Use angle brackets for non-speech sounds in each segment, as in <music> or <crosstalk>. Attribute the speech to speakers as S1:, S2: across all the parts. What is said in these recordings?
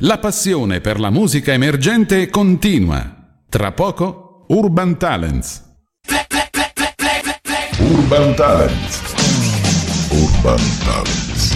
S1: La passione per la musica emergente continua. Tra poco Urban Talents.
S2: Urban Talents. Urban Talents.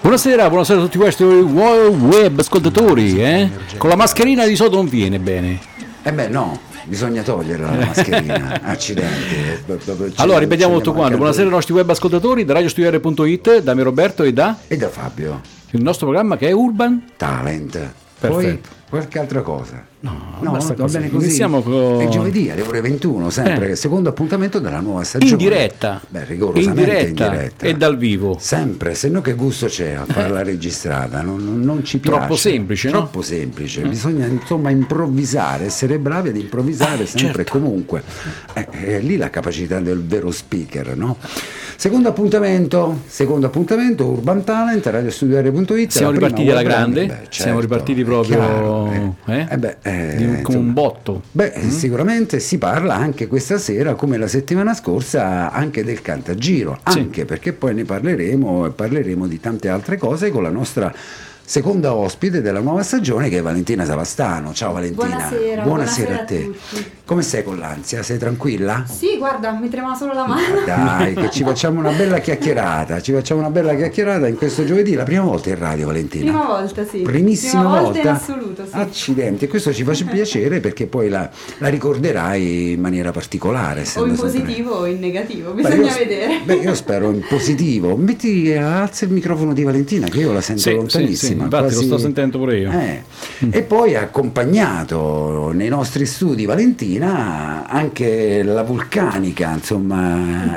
S3: Buonasera, buonasera a tutti questi web web ascoltatori, eh? Con la mascherina di sotto non viene bene.
S4: Eh beh no, bisogna toglierla
S3: <laughs>
S4: la mascherina, accidenti. B- b- b- ci-
S3: Allora, ripetiamo
S4: ci
S3: tutto
S4: andiamo
S3: quanto.
S4: anche
S3: Buonasera ai
S4: a
S3: nostri web ascoltatori da radiostudiare.it, da me Roberto e da
S4: lui. E da Fabio,
S3: il nostro programma che è Urban.
S4: talent.
S3: Perfetto.
S4: Poi qualche altra cosa. No,
S3: basta
S4: va
S3: così.
S4: bene così.
S3: Iniziamo co-
S4: È giovedì alle ore 21, sempre,
S3: Eh.
S4: che è il secondo appuntamento della nuova stagione.
S3: In diretta.
S4: Beh, rigorosamente in
S3: In
S4: diretta.
S3: diretta e dal vivo. Eh.
S4: Sempre, se no che gusto c'è a farla registrata, non, non- non ci piace.
S3: Troppo semplice, no? Eh.
S4: Troppo semplice, bisogna insomma improvvisare, essere bravi ad
S3: Eh,
S4: improvvisare sempre
S3: certo.
S4: e comunque. Eh, è lì la capacità del vero speaker, no? Secondo appuntamento, secondo appuntamento, Urban Talent, radiostudiare.it.
S3: Siamo
S4: la prima
S3: ripartiti alla
S4: web radio.
S3: grande,
S4: Beh, certo,
S3: siamo ripartiti
S4: è
S3: proprio
S4: chiaro, eh.
S3: eh?
S4: Eh beh, eh,
S3: Di un- Mm? con
S4: insomma.
S3: un botto.
S4: Beh, sicuramente si parla anche questa sera, come la settimana scorsa, anche del cantagiro,
S3: Sì.
S4: anche perché poi ne parleremo e parleremo di tante altre cose con la nostra seconda ospite della nuova stagione che è Valentina Savastano. Ciao Valentina,
S5: Buonasera, buonasera
S4: a te.
S5: a tutti.
S4: Come sei con l'ansia? Sei tranquilla?
S5: Sì, guarda, mi trema solo la mano.
S6: <laughs>
S4: Ma Dai, che
S5: <laughs>
S4: ci facciamo una bella chiacchierata, ci facciamo una bella chiacchierata in questo giovedì, la prima volta in radio Valentina.
S5: Prima volta, sì.
S4: Primissima
S5: Prima
S4: volta, Ah,
S5: volta in assoluto, sì.
S4: Accidenti, questo ci
S5: <laughs>
S4: face piacere perché poi la, la ricorderai in maniera particolare.
S5: o
S4: essendo
S5: in
S4: sempre-
S5: positivo o in negativo,
S4: Beh,
S5: bisogna
S4: io-
S5: vedere.
S4: Beh, io spero in positivo. Metti, alza il microfono di Valentina che io la sento
S3: Sì, sì, sì,
S4: lontanissima.
S3: infatti lo
S4: quasi-
S3: sto sentendo pure io.
S4: Eh. E poi ha accompagnato nei nostri studi Valentina anche la vulcanica, insomma,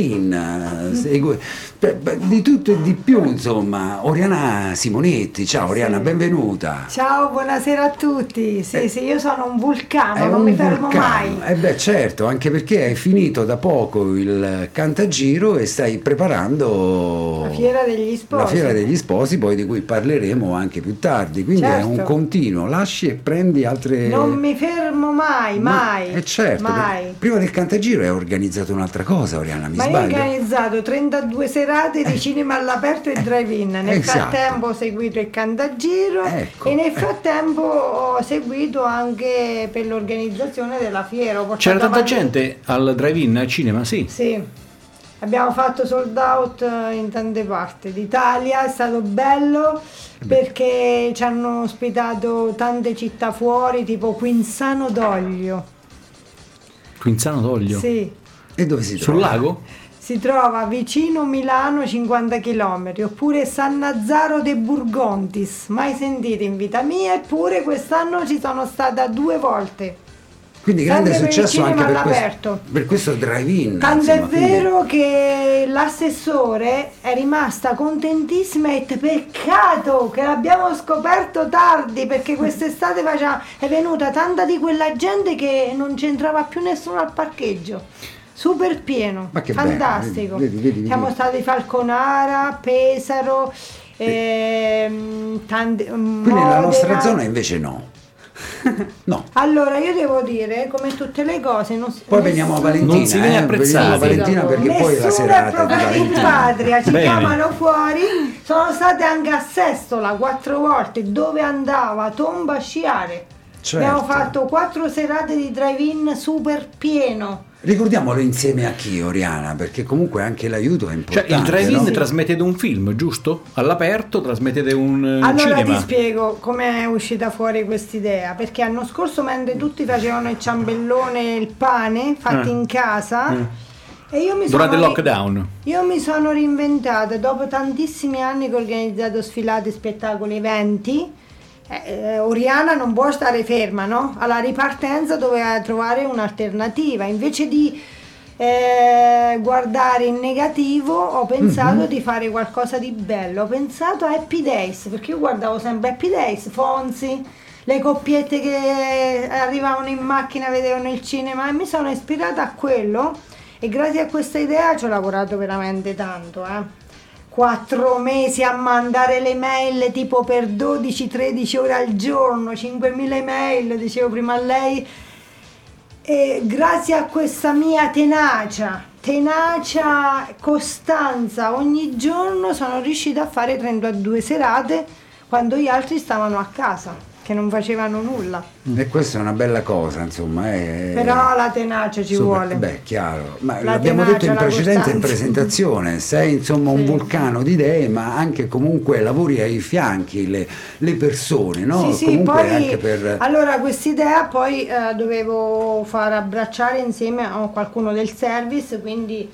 S4: Evergreen, eh, segue- beh, beh, di tutto e di più, insomma, Oriana Simonetti. Ciao Oriana, benvenuta.
S6: <laughs> Ciao, buonasera a tutti. Sì,
S4: Eh.
S6: sì, io sono un vulcano, non mi fermo mai.
S4: E beh certo, anche perché hai finito da poco il Cantagiro e stai preparando
S6: La fiera degli sposi.
S4: la Fiera degli Sposi, poi di cui parleremo anche più tardi. Quindi è
S6: Certo.
S4: un continuo, lasci e prendi altre...
S6: Non mi fermo mai,
S4: Eh. Ma-
S6: mai.
S4: Eh certo,
S6: mai.
S4: perché prima del Cantagiro hai organizzato un'altra cosa, Oriana, mi
S6: Ma io ho
S4: sbaglio?
S6: organizzato 32 serate di cinema all'aperto e drive-in. Nel
S4: esatto.
S6: frattempo ho seguito il cantagiro
S4: Ecco.
S6: e nel frattempo ho seguito anche per l'organizzazione della fiera. Ho portato
S3: C'era tanta
S6: avanti-
S3: gente al drive-in al cinema, sì.
S6: Sì. Abbiamo fatto sold out eh, in tante parti d'Italia, è stato bello perché ci hanno ospitato tante città fuori, tipo Quinzano d'Oglio.
S3: Quinzano d'Oglio.
S6: Sì,
S4: E dove si
S3: Sul
S4: trova?
S3: lago?
S6: si trova vicino Milano 50 km, oppure San Nazzaro de Burgontis, mai sentite in vita mia, eppure quest'anno ci sono stata due volte.
S4: Quindi grande
S6: Sempre per il
S4: successo anche
S6: cinema
S4: per questo,
S6: all'aperto.
S4: per questo drive-in.
S6: Tanto
S4: insomma,
S6: è
S4: quindi-
S6: vero che l'assessore è rimasta contentissima e ha detto, peccato che l'abbiamo scoperto
S4: <laughs>
S6: tardi perché quest'estate faceva- è venuta tanta di quella gente che non c'entrava più nessuno al parcheggio. Super pieno,
S4: Ma che bello,
S6: fantastico.
S4: vedi, vedi, vedi.
S6: Siamo stati Falconara, Pesaro, ehm, tante,
S4: Quindi nella
S6: Modena.
S4: nostra zona invece no. <laughs> no.
S6: Allora io devo dire, come tutte le cose, non si-
S4: Poi veniamo a
S6: nessuno-
S4: Valentina.
S3: Non si viene
S4: eh,
S3: apprezzati.
S4: Veniamo a Valentina perché poi la
S6: Nessuno è
S4: serata di
S6: proprio in
S4: Valentina.
S6: patria, ci
S3: Bene.
S6: chiamano fuori. Sono state anche a Sestola quattro volte dove andava Tomba a sciare.
S4: Certo.
S6: Abbiamo fatto quattro serate di drive-in super pieno.
S4: Ricordiamolo insieme a chi, Oriana, perché comunque anche l'aiuto è
S3: Cioè,
S4: importante.
S3: il drive-in
S4: no?
S3: trasmettete un film, giusto? All'aperto trasmettete un eh,
S6: Allora
S3: cinema.
S6: ti spiego come è uscita fuori quest'idea, perché l'anno scorso mentre tutti facevano il ciambellone e il pane fatti
S3: Eh.
S6: in casa e io mi
S3: Durante il
S6: sono ri-
S3: lockdown.
S6: Io mi sono reinventata dopo tantissimi anni che ho organizzato sfilate, spettacoli, eventi. eh, eh, Oriana non può stare ferma, no? Alla ripartenza doveva trovare un'alternativa. Invece di eh, guardare in negativo, ho pensato di fare qualcosa di bello. Ho pensato a Happy Days, perché io guardavo sempre Happy Days, Fonzi, le coppiette che arrivavano in macchina, vedevano il cinema e mi sono ispirata a quello. E grazie a questa idea ci ho lavorato veramente tanto, eh. Quattro mesi a mandare le mail tipo per 12-13 ore al giorno, 5.000 email, dicevo prima a lei, E grazie a questa mia tenacia, tenacia, costanza, ogni giorno sono riuscita a fare 32 serate quando gli altri stavano a casa, che non facevano nulla.
S4: E questa è una bella cosa, insomma. È...
S6: Però la tenacia ci
S4: Insomma,
S6: vuole.
S4: Eh, Beh, chiaro, ma
S6: La
S4: l'abbiamo
S6: tenacia,
S4: detto in
S6: la
S4: precedenza in
S6: costanza.
S4: presentazione, sei insomma un
S7: Sì.
S4: vulcano di idee, ma anche comunque lavori ai fianchi le, le persone, no?
S6: sì, sì,
S4: comunque
S6: poi
S4: anche per
S6: allora quest'idea poi eh, dovevo far abbracciare insieme a qualcuno del service, quindi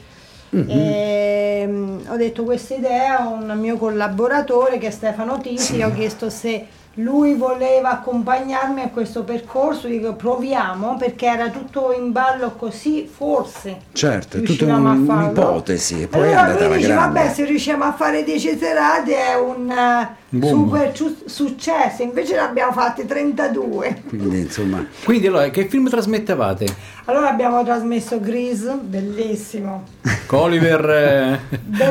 S4: Mm-hmm.
S6: ehm, ho detto questa idea a un mio collaboratore che è Stefano Tisi, ho chiesto se lui voleva accompagnarmi a questo percorso, dico proviamo perché era tutto in ballo così, forse.
S4: Certo, è tutta
S6: riuscivamo
S4: un-
S6: a farlo.
S4: un'ipotesi, e poi è
S6: allora
S4: andata
S6: lui
S4: alla
S6: dice,
S4: grande."
S6: vabbè se riusciamo a fare 10 serate è un eh,
S8: Boom.
S6: super ciu- successo invece ne abbiamo fatte 32
S4: quindi insomma
S8: Quindi allora, che film trasmettevate?
S6: allora abbiamo trasmesso Grease bellissimo
S8: <laughs> Con Oliver... eh,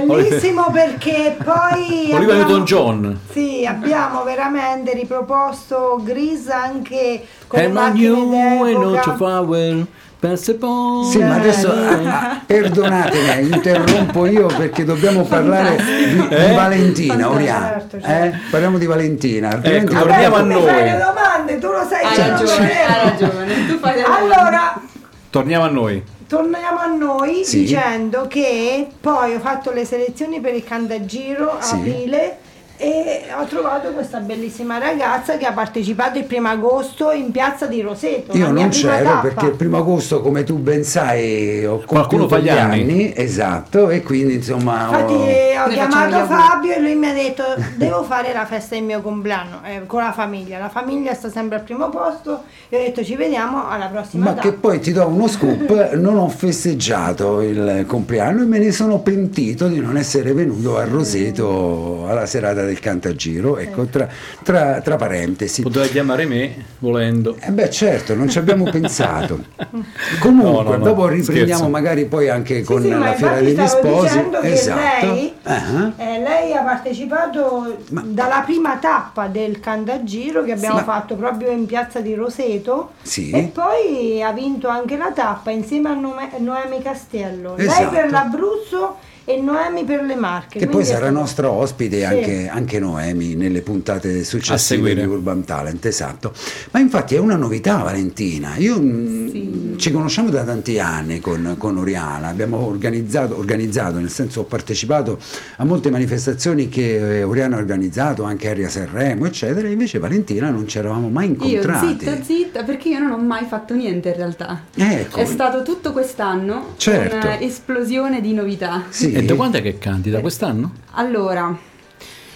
S8: Oliver-
S6: bellissimo perché
S8: <laughs>
S6: poi
S8: Oliver
S6: abbiamo-
S8: Newton John.
S6: sì abbiamo veramente riproposto Grease anche con le
S8: And I
S6: macchine
S8: knew and not to
S6: d'epoca.
S8: flower, pass upon
S4: Sì, ma adesso
S6: Dai.
S4: ah, ah, perdonatemi, interrompo io perché dobbiamo parlare di, di Valentina,
S7: Fantastico.
S4: Oriana.
S6: Certo,
S4: Eh?
S6: certo.
S4: Parliamo di Valentina, altrimenti
S8: Ecco,
S6: Vabbè,
S8: torniamo a
S6: tu mi fai
S8: noi.
S6: le domande tu lo sai
S7: Hai
S6: che non lo
S7: ragione,
S6: sapevo.
S7: hai ragione. Tu fai le domande.
S6: allora
S8: <laughs> Torniamo a noi.
S6: Torniamo a noi
S4: Sì.
S6: dicendo che poi ho fatto le selezioni per il Cantagiro a
S4: Sì.
S6: aprile e ho trovato questa bellissima ragazza che ha partecipato il primo agosto in piazza di Roseto. la
S4: Io
S6: mia
S4: non
S6: prima
S4: c'ero
S6: tappa.
S4: perché il primo agosto, come tu ben sai, ho
S8: Qualcuno
S4: compiuto
S8: fa gli anni.
S4: esatto, e quindi insomma ho-
S6: Infatti eh, ho
S7: Ne
S6: chiamato
S7: facciamo gli auguri.
S6: Fabio e lui mi ha detto devo fare la festa del mio compleanno eh, con la famiglia. La famiglia sta sempre al primo posto e ho detto ci vediamo alla prossima
S4: Ma
S6: tappa.
S4: che poi ti do uno scoop, non ho festeggiato il compleanno e me ne sono pentito di non essere venuto a Roseto alla serata del Cantagiro, ecco,
S6: Eh.
S4: tra, tra- tra parentesi.
S8: Poteva chiamare me, volendo.
S4: Eh beh certo, non ci abbiamo
S8: <laughs>
S4: pensato. Comunque,
S8: No, no, no,
S4: dopo riprendiamo
S8: scherzo.
S4: magari poi anche
S6: Sì,
S4: con
S6: sì, ma
S4: la Fiera
S6: infatti
S4: degli
S6: stavo
S4: Sposi.
S6: dicendo che
S4: Esatto.
S6: lei,
S4: Ah.
S6: eh, lei ha partecipato dalla prima tappa del Cantagiro che abbiamo
S4: Sì.
S6: fatto proprio in piazza di Roseto
S4: Sì.
S6: e poi ha vinto anche la tappa insieme a Nome- Noemi Castello.
S4: Esatto.
S6: Lei per l'Abruzzo e Noemi per le Marche.
S4: Che poi
S6: quindi è
S4: sarà
S6: stato-
S4: nostra ospite
S6: Sì.
S4: anche, anche Noemi nelle puntate
S8: A
S4: successive
S8: seguire.
S4: di Urban Talent, esatto. Ma infatti è una novità Valentina, io mh,
S7: Sì.
S4: ci conosciamo da tanti anni con, con Oriana, abbiamo organizzato, organizzato, nel senso ho partecipato a molte manifestazioni che eh, Oriana ha organizzato, anche Aria Sanremo, eccetera, e invece Valentina non ci eravamo mai
S7: Io
S4: incontrati.
S7: zitta, zitta, perché io non ho mai fatto niente in realtà.
S4: Ecco.
S7: È stato tutto quest'anno
S4: Certo.
S7: un'esplosione di novità.
S4: Sì.
S8: E da quando è che canti? Da quest'anno?
S7: Allora,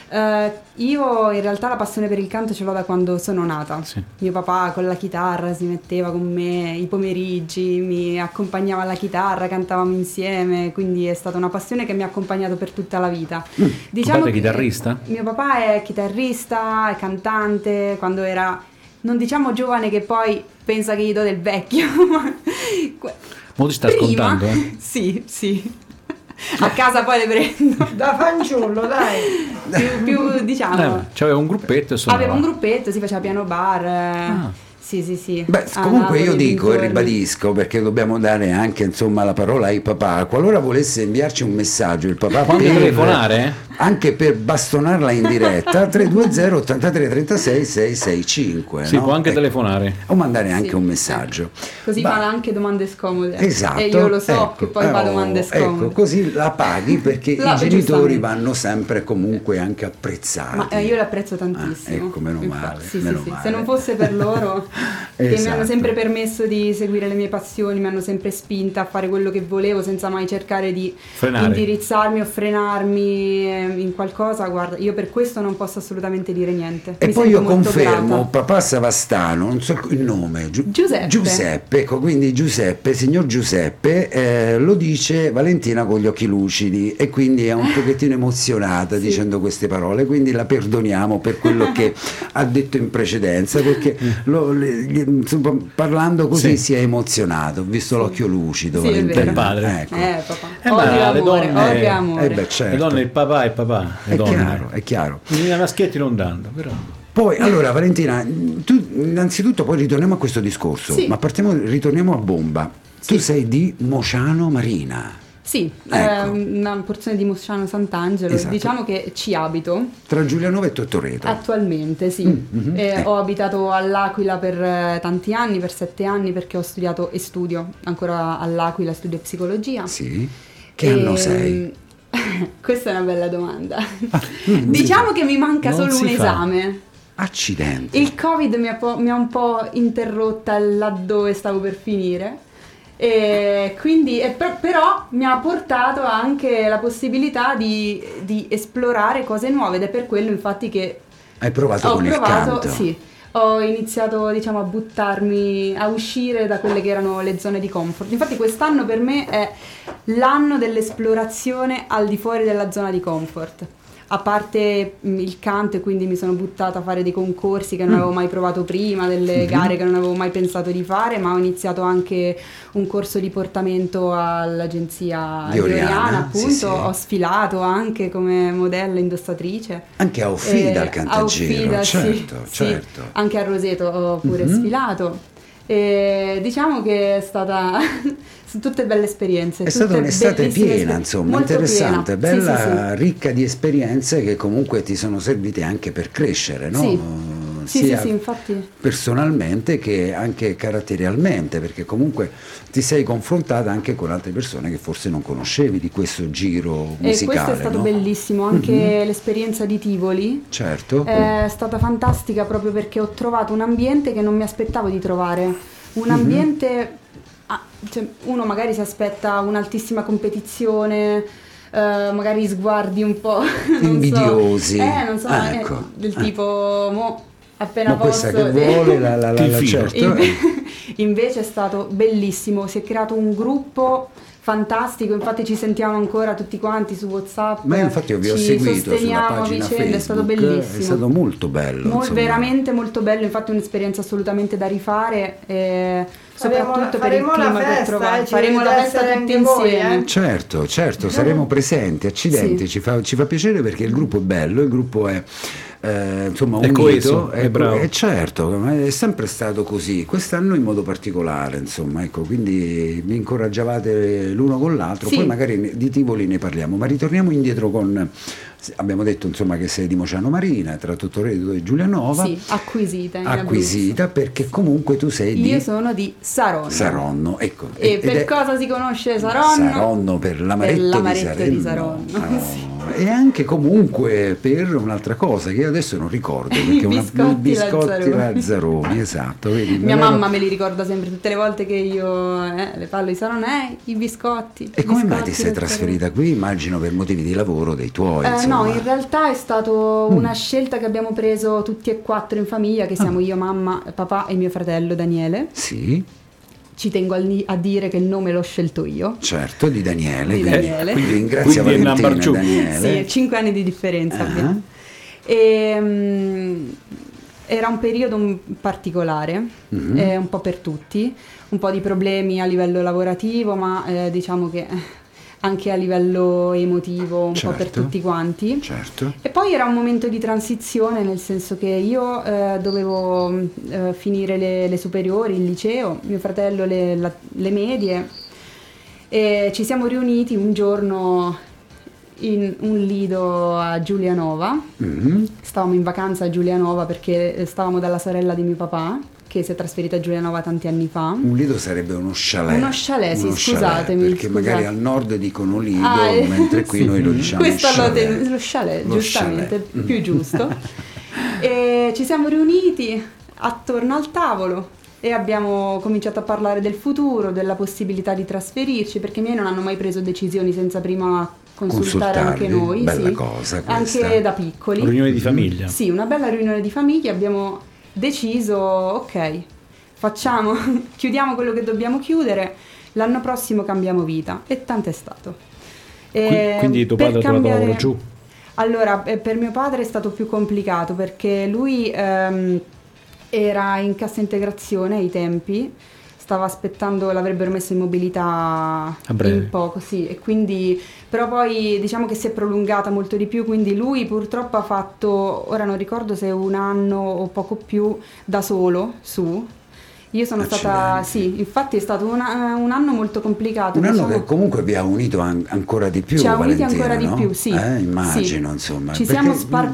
S7: eh, io in realtà la passione per il canto ce l'ho da quando sono nata.
S8: Sì.
S7: Mio papà con la chitarra si metteva con me i pomeriggi, mi accompagnava alla chitarra, cantavamo insieme, quindi è stata una passione che mi ha accompagnato per tutta la vita.
S8: Mm.
S7: Diciamo
S8: padre è
S7: che-
S8: chitarrista?
S7: Mio papà è chitarrista, è cantante, quando era, non diciamo giovane che poi pensa che gli do del vecchio. <laughs> ma que-
S8: Mo ti sta
S7: prima-
S8: ascoltando, eh?
S7: Sì, sì. A casa poi le prendo
S8: <laughs>
S6: Da fanciullo, dai.
S7: più, più, diciamo
S8: Eh, c'aveva un gruppetto e suonava.
S7: aveva un gruppetto si faceva piano bar eh.
S8: Ah.
S7: sì sì sì Ah,
S4: Beh,
S7: a
S4: comunque io
S7: Napoli,
S4: dico e
S7: dintorni.
S4: ribadisco perché dobbiamo dare anche insomma la parola ai papà. Qualora volesse inviarci un messaggio, il papà
S8: Quando
S4: per-
S8: telefonare, eh?
S4: anche per bastonarla in
S7: <laughs>
S4: diretta 320 83 36 665.
S8: Si
S4: no?
S8: può anche
S4: Ecco.
S8: telefonare.
S4: O mandare anche
S7: Sì.
S4: un messaggio.
S7: così
S4: Ma-
S7: fa anche domande scomode
S4: Esatto.
S7: e io lo so
S4: ecco,
S7: che poi fa
S4: oh,
S7: domande scomode
S4: Ecco, così la paghi
S7: <laughs>
S4: perché
S7: No,
S4: i
S7: beh,
S4: genitori
S7: giustamente.
S4: vanno sempre comunque anche apprezzati.
S7: ma eh, io l'apprezzo tantantissimo
S4: Ah, ecco, meno
S7: Infatti,
S4: male,
S7: sì,
S4: meno
S7: sì, sì.
S4: male.
S7: se non fosse per
S4: <laughs>
S7: loro che mi
S4: Esatto.
S7: hanno sempre permesso di seguire le mie passioni mi hanno sempre spinta a fare quello che volevo senza mai cercare di
S8: Frenare.
S7: indirizzarmi o frenarmi eh, in qualcosa guarda io per questo non posso assolutamente dire niente
S4: E
S7: Mi
S4: poi
S7: sento
S4: io
S7: molto
S4: confermo,
S7: grata.
S4: papà Savastano, non so il nome, Giu-
S7: Giuseppe.
S4: Giuseppe, ecco, quindi Giuseppe, signor Giuseppe, eh, lo dice Valentina con gli occhi lucidi e quindi è
S7: <laughs>
S4: un pochettino emozionata dicendo queste parole, quindi la perdoniamo per quello che
S7: <laughs>
S4: ha detto in precedenza, perché lo- le- gli- insomma, parlando così
S8: Sì.
S4: si è emozionato, ho visto l'occhio lucido
S7: Sì, è
S4: Valentina.
S7: vero.
S8: Padre.
S4: Ecco.
S7: Eh, papà.
S8: Eh, ma
S7: odio
S8: le
S7: l'amore,
S8: donne-
S7: odio l'amore.
S4: Eh beh, certo.
S8: Le donne, il papà e il papà. Le
S4: è
S8: donne.
S4: chiaro, è chiaro.
S8: I maschietti non danno, però.
S4: Poi, allora Valentina, tu innanzitutto poi ritorniamo a questo discorso,
S7: Sì.
S4: ma partiamo, ritorniamo a Bomba. Tu
S7: Sì.
S4: sei di Mociano Marina,
S7: Sì,
S4: Ecco.
S7: eh, una porzione di Mosciano Sant'Angelo,
S4: Esatto.
S7: diciamo che ci abito
S4: tra Giulianova e Tortoreto.
S7: Ah. attualmente, sì.
S4: Certo. mhm,
S7: Eh,
S4: eh.
S7: Ho abitato all'Aquila per eh, tanti anni, per sette anni, perché ho studiato e studio ancora all'Aquila, studio psicologia.
S4: Sì. Che anno
S7: Ehm,
S4: sei?
S7: <laughs>
S4: Ah,
S7: Questa è una bella domanda.
S4: non
S7: diciamo che mi manca
S8: Non
S7: solo
S8: si
S7: un
S8: fa.
S7: esame.
S4: Accidenti.
S7: Il Covid mi ha, po- mi ha un po' interrotta laddove stavo per finire. E quindi, e per- però mi ha portato anche la possibilità di, di esplorare cose nuove ed è per quello infatti che
S4: Hai provato
S7: ho
S4: con il
S7: provato,
S4: canto.
S7: sì, ho iniziato diciamo a buttarmi, a uscire da quelle che erano le zone di comfort. Infatti quest'anno per me è l'anno dell'esplorazione al di fuori della zona di comfort. A parte mh, il canto e quindi mi sono buttata a fare dei concorsi
S4: Mm.
S7: che non avevo mai provato prima,
S4: Mhm.
S7: delle gare che non avevo mai pensato di fare, ma ho iniziato anche un corso di portamento all'agenzia
S4: Di
S7: di Oriana,
S4: Oriana, sì,
S7: appunto,
S4: sì.
S7: ho sfilato anche come modella indossatrice.
S4: Anche a Aufida al
S7: Eh,
S4: Cantagiro,
S7: Aufida, sì,
S4: certo,
S7: sì.
S4: certo. Mm-hmm.
S7: Anche a Roseto ho pure sfilato. E diciamo che è stata <laughs> sono tutte belle esperienze.
S4: È stata
S7: tutte
S4: un'estate
S7: bellissime
S4: piena,
S7: esper-
S4: insomma,
S7: molto
S4: interessante,
S7: piena. Sì,
S4: bella,
S7: sì, sì.
S4: ricca di esperienze che comunque ti sono servite anche per crescere, no?
S7: Sì. Sì, sì,
S4: Sia
S7: sì, infatti.
S4: personalmente che anche caratterialmente, perché comunque ti sei confrontata anche con altre persone che forse non conoscevi di questo giro musicale.
S7: e Eh, questo è stato
S4: no? Mm-hmm.
S7: bellissimo, anche l'esperienza di Tivoli.
S4: Certo.
S7: È stata fantastica proprio perché ho trovato un ambiente che non mi aspettavo di trovare.
S4: Mhm.
S7: Un ambiente. ah, cioè, uno magari si aspetta un'altissima competizione, eh, magari sguardi un po'. <laughs> non so.
S4: Invidiosi.
S7: Eh, non so,
S4: Ah,
S7: eh,
S4: ecco.
S7: del
S4: Ah.
S7: tipo. Mo, appena
S4: Ma
S7: posso.
S4: questa che vuole la, la, la,
S8: Ti
S4: la-
S8: infilo.
S4: certo. eh.
S7: <laughs> Inve- <laughs> Invece è stato bellissimo, si è creato un gruppo fantastico, infatti ci sentiamo ancora tutti quanti su Whatsapp.
S4: Ma io infatti io vi ho
S7: ci
S4: seguito sulla
S7: sosteniamo a
S4: pagina
S7: vicenda,
S4: Facebook,
S7: è stato bellissimo.
S4: È stato molto bello.
S7: Mol-
S4: insomma.
S7: veramente molto bello, infatti è un'esperienza assolutamente da rifare, eh,
S6: Faremo la-
S7: soprattutto per il
S6: faremo la
S7: clima che
S6: festa,
S7: ho trovato.
S6: eh, ci
S7: faremo la
S6: dovete
S7: festa
S6: essere
S7: tutti
S6: anche voi,
S7: insieme.
S6: eh.
S4: Certo, certo, saremo presenti, accidenti,
S7: Eh. Sì.
S4: ci, fa, ci fa piacere perché il gruppo è bello, il gruppo è eh, insomma
S8: È
S4: unito,
S8: coeso, è bravo.
S4: eh, certo, ma è sempre stato così, quest'anno in modo particolare, insomma, ecco, quindi vi incoraggiavate l'uno con l'altro,
S7: Sì.
S4: poi magari ne- di Tivoli ne parliamo, ma ritorniamo indietro con abbiamo detto insomma che sei di Mociano Marina, tra Tortoreto e Giulianova,
S7: Sì, acquisita. in
S4: acquisita perché comunque tu sei
S7: Abruzzo. Io
S4: di
S7: sono di Saronno.
S4: Saronno, ecco.
S7: E
S4: ed
S7: per
S4: è-
S7: cosa si conosce Saronno?
S4: Saronno per l'amaretto,
S7: Per l'amaretto
S4: di
S7: di
S4: Saronno.
S7: Saronno, <laughs>
S4: Ah, E anche comunque per un'altra cosa che io adesso non
S7: <laughs>
S4: ricordo,
S7: I
S4: perché una-
S7: biscotti
S4: biscotti
S7: Lazzaroni.
S4: Lazzaroni, esatto. vedi,
S7: Mia
S4: me l'ero-
S7: mamma me li ricorda sempre tutte le volte che io eh, le parlo di Saronè, i biscotti.
S4: E
S7: i
S4: come mai
S7: biscotti
S4: ti sei
S7: del
S4: trasferita qui? Immagino per motivi di lavoro dei tuoi.
S7: Saronno. Eh, no,
S4: insomma. Mm.
S7: in realtà è stata una scelta che abbiamo preso tutti e quattro in famiglia,
S4: Ah.
S7: che siamo io, mamma, papà e mio fratello Daniele.
S4: Sì,
S7: Ci tengo a, ni- a dire che il nome l'ho scelto io.
S4: certo, di Daniele.
S7: Di
S4: quindi-
S7: Daniele.
S4: Quindi ringrazia
S8: Quindi è
S4: Valentina
S8: Nambarciù.
S4: Daniele.
S7: Sì, 5 anni di differenza
S4: Ah.
S7: abbiamo. E, mm, era un periodo un- particolare,
S4: Mm-hmm.
S7: eh, un po' per tutti, un po' di problemi a livello lavorativo, ma eh, diciamo che eh, anche a livello emotivo, un po' per
S4: Certo.
S7: tutti quanti.
S4: Certo.
S7: E poi era un momento di transizione, nel senso che io eh, dovevo mh, eh, finire le, le superiori, il liceo, mio fratello le, la- le medie e ci siamo riuniti un giorno in un lido a Giulianova.
S4: Mhm.
S7: Stavamo in vacanza a Giulianova perché eh, stavamo dalla sorella di mio papà che si è trasferita a Giulianova tanti anni fa.
S4: Un lido sarebbe uno chalet.
S7: Uno chalet, sì,
S4: Uno
S7: scusatemi,
S4: Perché magari
S7: scusate.
S4: al nord dicono lido,
S7: Ah, <laughs> eh,
S4: mentre qui
S7: sì.
S4: noi lo diciamo
S7: Questo lo,
S4: chalet.
S7: te- lo chalet,
S4: Lo
S7: giustamente,
S4: chalet. Mm. <laughs>
S7: più giusto. e ci siamo riuniti attorno al tavolo e abbiamo cominciato a parlare del futuro, della possibilità di trasferirci, perché i miei non hanno mai preso decisioni senza prima consultare
S4: Consultarli,
S7: anche noi,
S4: bella
S7: sì.
S4: cosa questa.
S7: anche da piccoli.
S8: Riunione di famiglia.
S7: Sì, una bella riunione di famiglia, abbiamo deciso, ok, facciamo, <laughs> chiudiamo quello che dobbiamo chiudere, l'anno prossimo cambiamo vita e tanto è stato. Ehm,
S8: Qui- quindi tuo
S7: per
S8: padre ha trovato lavoro giù?
S7: Allora, eh, per mio padre è stato più complicato perché lui ehm, era in cassa integrazione ai tempi, stava aspettando, l'avrebbero messo in mobilità
S9: breve.
S7: in poco, sì, e quindi però poi diciamo che si è prolungata molto di più, quindi lui purtroppo ha fatto, ora non ricordo se un anno o poco più da solo su. Io sono stata,
S4: Accidenti.
S7: sì, infatti è stato una- un anno molto complicato.
S4: Un anno
S7: diciamo.
S4: che comunque vi ha unito an- ancora di più.
S7: Ci ha uniti
S4: Valentina,
S7: ancora di
S4: no?
S7: più, sì.
S4: Eh, immagino,
S7: Sì.
S4: insomma.
S7: Ci
S4: perché
S7: siamo
S4: Continui a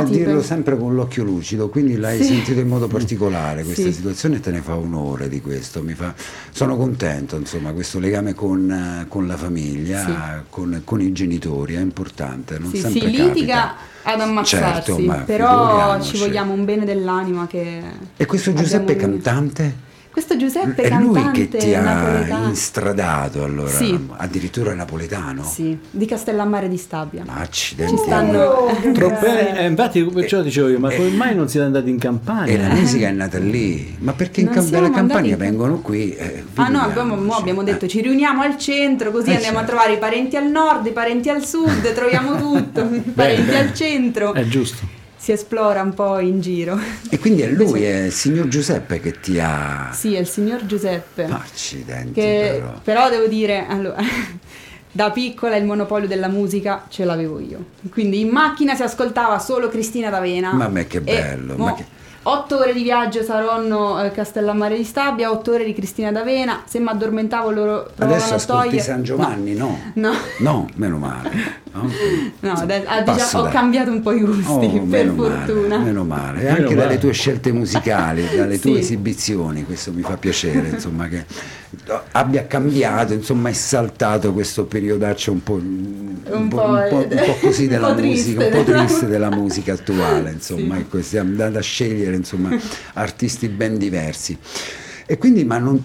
S7: sparpagliati
S4: dirlo
S7: per-
S4: sempre con l'occhio lucido, quindi l'hai
S7: Sì.
S4: sentito in
S7: <laughs>
S4: modo particolare questa
S7: Sì.
S4: situazione e te ne fa onore di questo. Mi fa... Sono contento, insomma, questo legame con, eh, con la famiglia,
S7: Sì.
S4: con, con i genitori è importante. Non
S7: Sì, si
S4: sempre capita.
S7: litiga ad ammazzarsi,
S4: Certo, ma
S7: però
S4: figuriamoci.
S7: ci vogliamo un bene dell'anima che...
S4: E questo Giuseppe
S7: abbiamo in-
S4: cantante?
S7: Questo Giuseppe
S4: è lui
S7: cantante
S4: che ti ha
S7: napoletano.
S4: instradato allora,
S7: Sì.
S4: addirittura napoletano?
S7: Sì, di Castellammare di Stabia.
S4: Ma accidenti.
S7: Ci stanno-
S6: che
S9: Troppo
S6: bello.
S9: bene. Eh, infatti perciò dicevo io, ma
S4: eh,
S9: come mai non siete andati in
S4: E la
S9: campagna?
S4: musica è nata lì, ma perché in
S7: Non
S4: Cam-
S7: siamo
S4: dalla
S7: andati
S4: Campania
S7: in-
S4: vengono qui? eh,
S7: Ah no,
S4: figuriamoci.
S7: abbiamo, mo abbiamo detto
S4: Eh,
S7: ci riuniamo al centro così
S4: Eh,
S7: andiamo
S4: certo.
S7: a trovare i parenti al nord, i parenti al sud,
S4: <laughs>
S7: troviamo tutto, i parenti al centro.
S4: Eh.
S9: È giusto.
S7: Si esplora un po' in giro.
S4: E quindi è lui, è il signor Giuseppe che ti ha.
S7: Sì, è il signor Giuseppe.
S4: Accidenti,
S7: che
S4: Ah, però.
S7: però devo dire, allora, <laughs> da piccola il monopolio della musica ce l'avevo io. Quindi in macchina si ascoltava solo Cristina D'Avena.
S4: Ma a me che
S7: E
S4: bello, ma
S7: mo-
S4: che-
S7: Otto ore di viaggio Saronno eh, Castellammare di Stabia, otto ore di Cristina D'Avena. Se mi addormentavo loro
S4: Adesso
S7: provavano a
S4: ascolti
S7: togliere.
S4: San Giovanni, no?
S7: No.
S4: No, meno male. no?
S7: <laughs> No, adesso- ah,
S4: Passo
S7: diciamo, ho
S4: da-
S7: cambiato un po' i
S4: Oh,
S7: gusti, per
S4: meno male,
S7: fortuna.
S4: meno male, e
S9: Meno
S4: anche dalle
S9: male.
S4: tue scelte musicali, dalle tue
S7: Sì.
S4: esibizioni, questo mi fa
S7: <laughs>
S4: piacere, insomma, che abbia cambiato, insomma, è saltato questo periodaccio un po', un po'-
S7: po',
S4: un po'-
S7: eh,
S4: un po' così
S7: <laughs> un
S4: della
S7: po'
S4: musica, un
S7: triste
S4: po'
S7: della-
S4: triste
S7: <laughs>
S4: della musica attuale, insomma,
S7: Sì.
S4: ecco, stiamo andando a scegliere, insomma, artisti ben diversi. E quindi, ma non,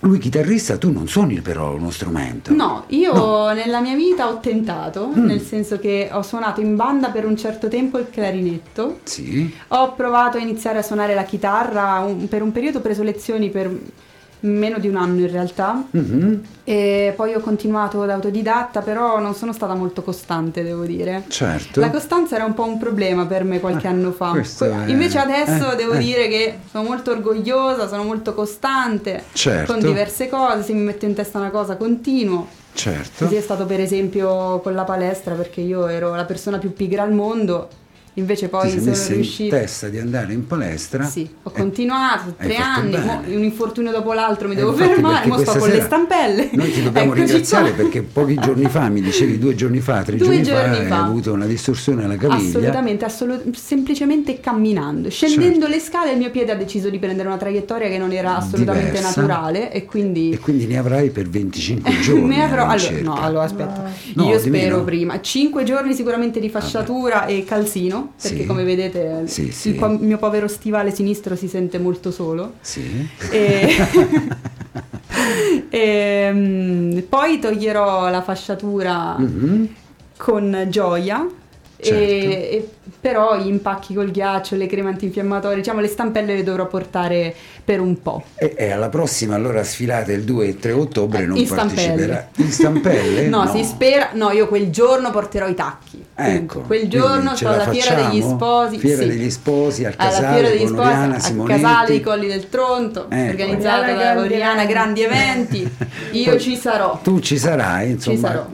S4: lui chitarrista, tu non suoni però uno strumento?
S7: No, io nella mia vita ho tentato,
S4: Mm.
S7: nel senso che ho suonato in banda per un certo tempo il clarinetto.
S4: Sì?
S7: Ho provato a iniziare a suonare la chitarra, un- per un periodo ho preso lezioni per meno di un anno in realtà
S4: Mhm,
S7: e poi ho continuato da autodidatta, però non sono stata molto costante, devo dire.
S4: Certo.
S7: La costanza era un po' un problema per me qualche
S4: Eh,
S7: anno fa.
S4: questo
S7: Que-
S4: è-
S7: Invece adesso
S4: eh,
S7: devo
S4: eh.
S7: dire che sono molto orgogliosa, sono molto costante
S4: Certo.
S7: con diverse cose, se mi metto in testa una cosa continuo.
S4: Certo.
S7: Così è stato per esempio con la palestra perché io ero la persona più pigra al mondo, invece poi
S4: ti sei
S7: sono
S4: messa in
S7: riuscita...
S4: testa di andare in palestra.
S7: Sì, ho
S4: Eh,
S7: continuato
S4: hai
S7: tre
S4: fatto
S7: anni,
S4: bene.
S7: mo un infortunio dopo l'altro mi
S4: eh,
S7: devo
S4: infatti,
S7: fermare,
S4: perché
S7: mo sto
S4: questa
S7: con le
S4: sera
S7: stampelle. Ecco,
S4: Noi ti dobbiamo
S7: Eccoci
S4: ringraziare
S7: qua.
S4: perché pochi giorni fa, mi dicevi due giorni fa, tre
S7: Due
S4: giorni,
S7: giorni
S4: fa,
S7: fa.
S4: hai avuto una distorsione alla caviglia.
S7: Assolutamente, assolu- semplicemente camminando. Scendendo le scale il mio piede ha deciso di prendere una traiettoria che non era assolutamente
S4: Certo. Diversa.
S7: naturale e
S4: E
S7: <laughs> quindi...
S4: quindi ne avrai per 25 giorni.
S7: <laughs> ne avrò... Allora,
S4: all'incirca.
S7: no, allora aspetta.
S4: Ah. No,
S7: Io
S4: di meno.
S7: spero prima. 5 giorni sicuramente di fasciatura e calzino, perché
S4: Sì.
S7: come vedete
S4: Sì,
S7: il
S4: sì.
S7: po- mio povero stivale sinistro si sente molto solo.
S4: Sì.
S7: E...
S4: <laughs>
S7: <laughs> Ehm, poi toglierò la fasciatura
S4: Mhm.
S7: con gioia. e-
S4: Certo.
S7: E, però gli impacchi col ghiaccio, le creme antinfiammatorie, diciamo le stampelle le dovrò portare per un po'.
S4: E, e alla prossima allora sfilate il 2 e il 3 ottobre non
S7: Eh, in
S4: parteciperà
S7: stampelle.
S4: in stampelle?
S7: <laughs> no, si spera. No, io quel giorno porterò i tacchi.
S4: Ecco,
S7: quel
S4: quindi
S7: giorno
S4: ce
S7: sto
S4: la
S7: alla fiera degli
S4: facciamo?
S7: sposi.
S4: Fiera
S7: sì.
S4: degli sposi al
S7: Alla
S4: Casale
S7: Fiera degli
S4: con
S7: Sposi,
S4: Oriana
S7: a
S4: Simonetti.
S7: Casale dei Colli del Tronto,
S4: Ecco.
S7: organizzata
S6: Oriana
S7: da
S6: Grandi
S7: Oriana
S6: Eventi.
S7: Grandi
S4: <laughs>
S7: Eventi. Io
S4: Poi-
S7: ci sarò.
S4: Tu ci sarai, insomma,
S7: sarò.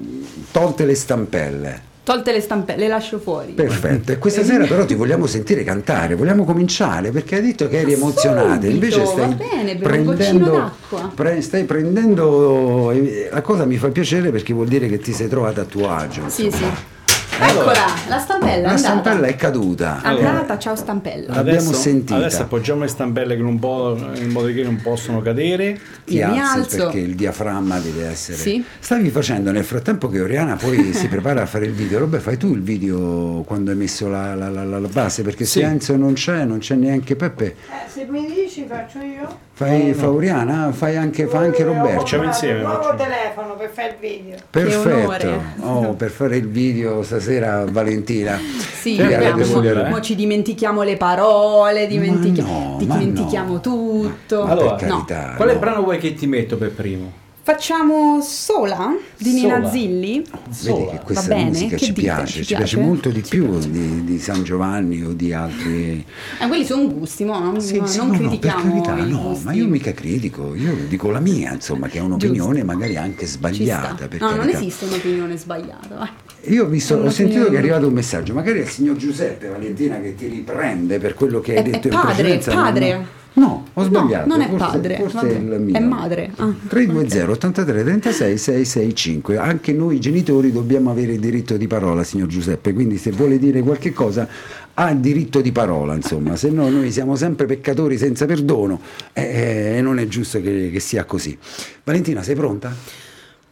S4: tolte le stampelle.
S7: Tolte le stampelle, le lascio fuori.
S4: Perfetto, e questa sera però ti vogliamo sentire cantare, vogliamo cominciare perché hai detto che eri emozionata,
S7: subito,
S4: invece
S7: va
S4: stai
S7: bene, bevo un goccino
S4: prendendo,
S7: d'acqua.
S4: pre- stai prendendo, eh, la cosa mi fa piacere perché vuol dire che ti sei trovata a tuo agio.
S7: Sì,
S4: insomma.
S7: sì. Eccola, la stampella è
S4: La
S7: andata.
S4: stampella è caduta,
S7: Andata, ciao stampella.
S4: L'abbiamo
S8: adesso,
S4: sentita.
S8: Adesso appoggiamo le stampelle che non po- in modo che non possono cadere.
S4: ti
S7: Io mi
S4: alzi
S7: alzo.
S4: perché il diaframma deve essere...
S7: Sì.
S4: Stavi facendo nel frattempo che Oriana poi
S7: <laughs>
S4: si prepara a fare il video, Robè fai tu il video quando hai messo la, la- la- la- la base perché se Enzo non c'è, non c'è neanche Peppe,
S6: Eh, se mi dici faccio io. Eh,
S4: fai fa Oriana, fai anche, fa
S6: Cioè,
S4: anche Roberto.
S8: Facciamo insieme,
S6: Un nuovo
S8: facciamo.
S6: telefono per fare il
S8: <laughs>
S6: video.
S4: Perfetto,
S7: onore.
S4: oh, per fare il video stasera Valentina.
S7: Sì,
S4: Che
S7: abbiamo-
S4: avrebbe
S7: mo,
S4: voluto, eh?
S7: mo ci dimentichiamo le parole, dimentichi-
S4: no,
S7: ti
S4: ma
S7: dimentichiamo
S4: no.
S7: tutto.
S4: Ma- ma
S8: Allora,
S4: per carità,
S8: Quale
S4: no.
S8: brano vuoi che ti metto per primo?
S7: Facciamo Sola di Nina
S10: Sola.
S7: Zilli.
S4: Vedi
S10: Sola.
S4: che questa
S7: Va bene,
S4: musica
S7: che
S4: ci
S7: dite?
S4: piace,
S7: Ci
S4: ci piace
S7: piace?
S4: molto di più di, di San Giovanni o di altri.
S7: Eh, quelli sono gusti, mo, non,
S4: Sì,
S7: non
S4: sì, no, no,
S7: critichiamo.
S4: per carità,
S7: i
S4: no,
S7: gusti.
S4: ma io mica critico, io dico la mia, insomma, che è un'opinione magari anche
S7: Ci sta.
S4: sbagliata. per
S7: No, non
S4: carità.
S7: esiste un'opinione sbagliata. vai.
S4: Io ho visto- ho
S7: Un'opinione.
S4: sentito che è arrivato un messaggio, magari è il signor Giuseppe Valentina che ti riprende per quello che hai
S7: È- è
S4: detto in
S7: padre,
S4: precedenza. non-
S7: padre.
S4: No, ho sbagliato.
S7: non è
S4: forse-
S7: padre,
S4: forse
S7: vabbè,
S4: è il mio.
S7: è madre. Ah,
S4: 320 83 36 665. Anche noi genitori dobbiamo avere il diritto di parola, signor Giuseppe, quindi se vuole dire qualche cosa ha il diritto di parola, insomma, se no noi siamo sempre peccatori senza perdono eh, e non è giusto che, che sia così. Valentina, sei pronta?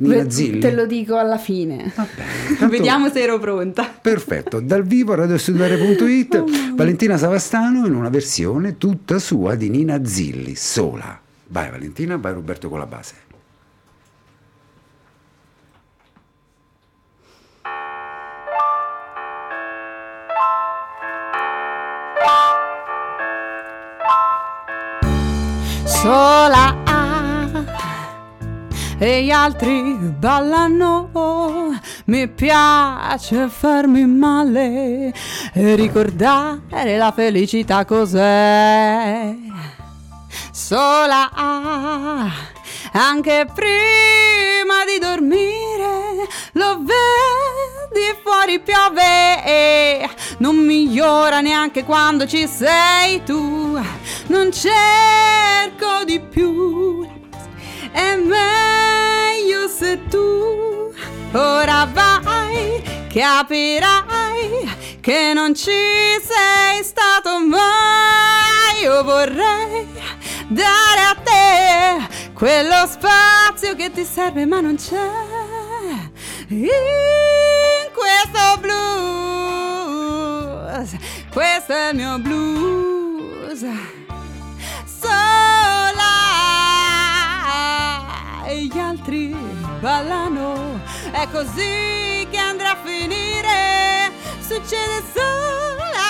S4: Nina Zilli?
S7: Te lo dico alla fine.
S4: tanto-
S7: Vediamo se ero pronta.
S4: Perfetto, dal vivo a radiostudiare.it Valentina Savastano in una versione tutta sua di Nina Zilli, sola. Vai Valentina, vai Roberto con la base.
S7: Sola e gli altri ballano. Mi piace farmi male e ricordare la felicità cos'è. sola anche prima di dormire lo vedi fuori piove e non migliora neanche quando ci sei tu non cerco di più è meglio se tu ora vai capirai che non ci sei stato mai io vorrei dare a te quello spazio che ti serve ma non c'è in questo blues questo è il mio blues sola e gli altri ballano. È così che andrà a finire. Succede solo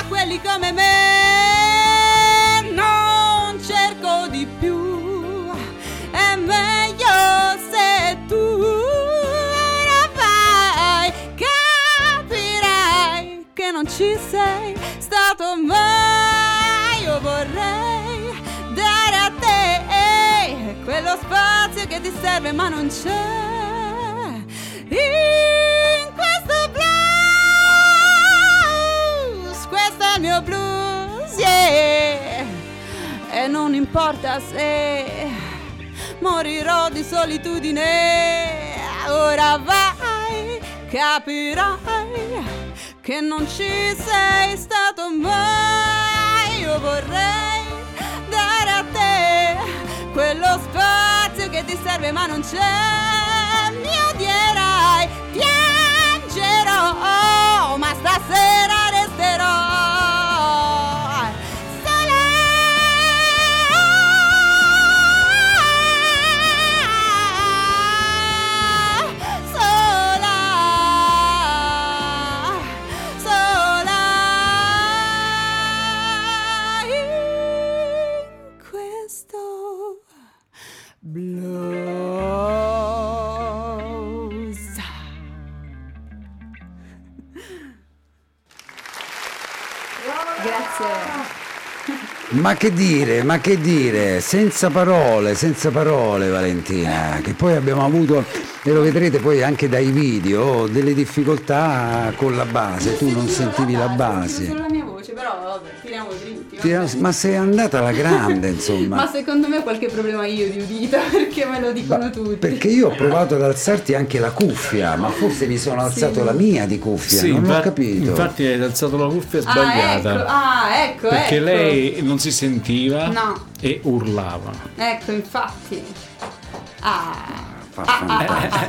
S7: a quelli come me. Non cerco di più. È meglio se tu ora vai. Capirai che non ci sei stato mai. Io vorrei dare a te quello spazio che ti serve ma non c'è. In questo blues, questo è il mio blues, yeah. E non importa se morirò di solitudine. Ora vai, capirai che non ci sei stato mai. Io vorrei dare a te quello spazio che ti serve ma non c'è. Mi odierai, piangerò, oh, ma stasera resterò. Sola, sola, sola. In questo blues. Grazie.
S4: Ma che dire, ma che dire, senza parole, senza parole Valentina, che poi abbiamo avuto, e lo vedrete poi anche dai video, delle difficoltà con la base, tu non sentivi la
S7: Solo
S4: base.
S7: la mia voce, però vabbè, tiriamo dritti.
S4: Ti-
S7: vabbè.
S4: Ma sei andata alla grande
S7: Ma
S4: insomma.
S7: secondo me ho qualche problema io di udito <laughs> perché me lo dicono tutti.
S4: Perché io ho provato ad alzarti anche la cuffia, ma forse mi sono alzato la mia di cuffia, non
S8: infa-
S4: ho capito.
S8: Infatti hai alzato la cuffia
S7: Ah,
S8: sbagliata.
S7: ecco, ah, ecco,
S8: perché
S7: ecco.
S8: lei non si sentiva
S7: No.
S8: e urlava.
S7: Ecco, infatti. Ah.
S4: Fa
S8: <laughs>
S4: fantastico.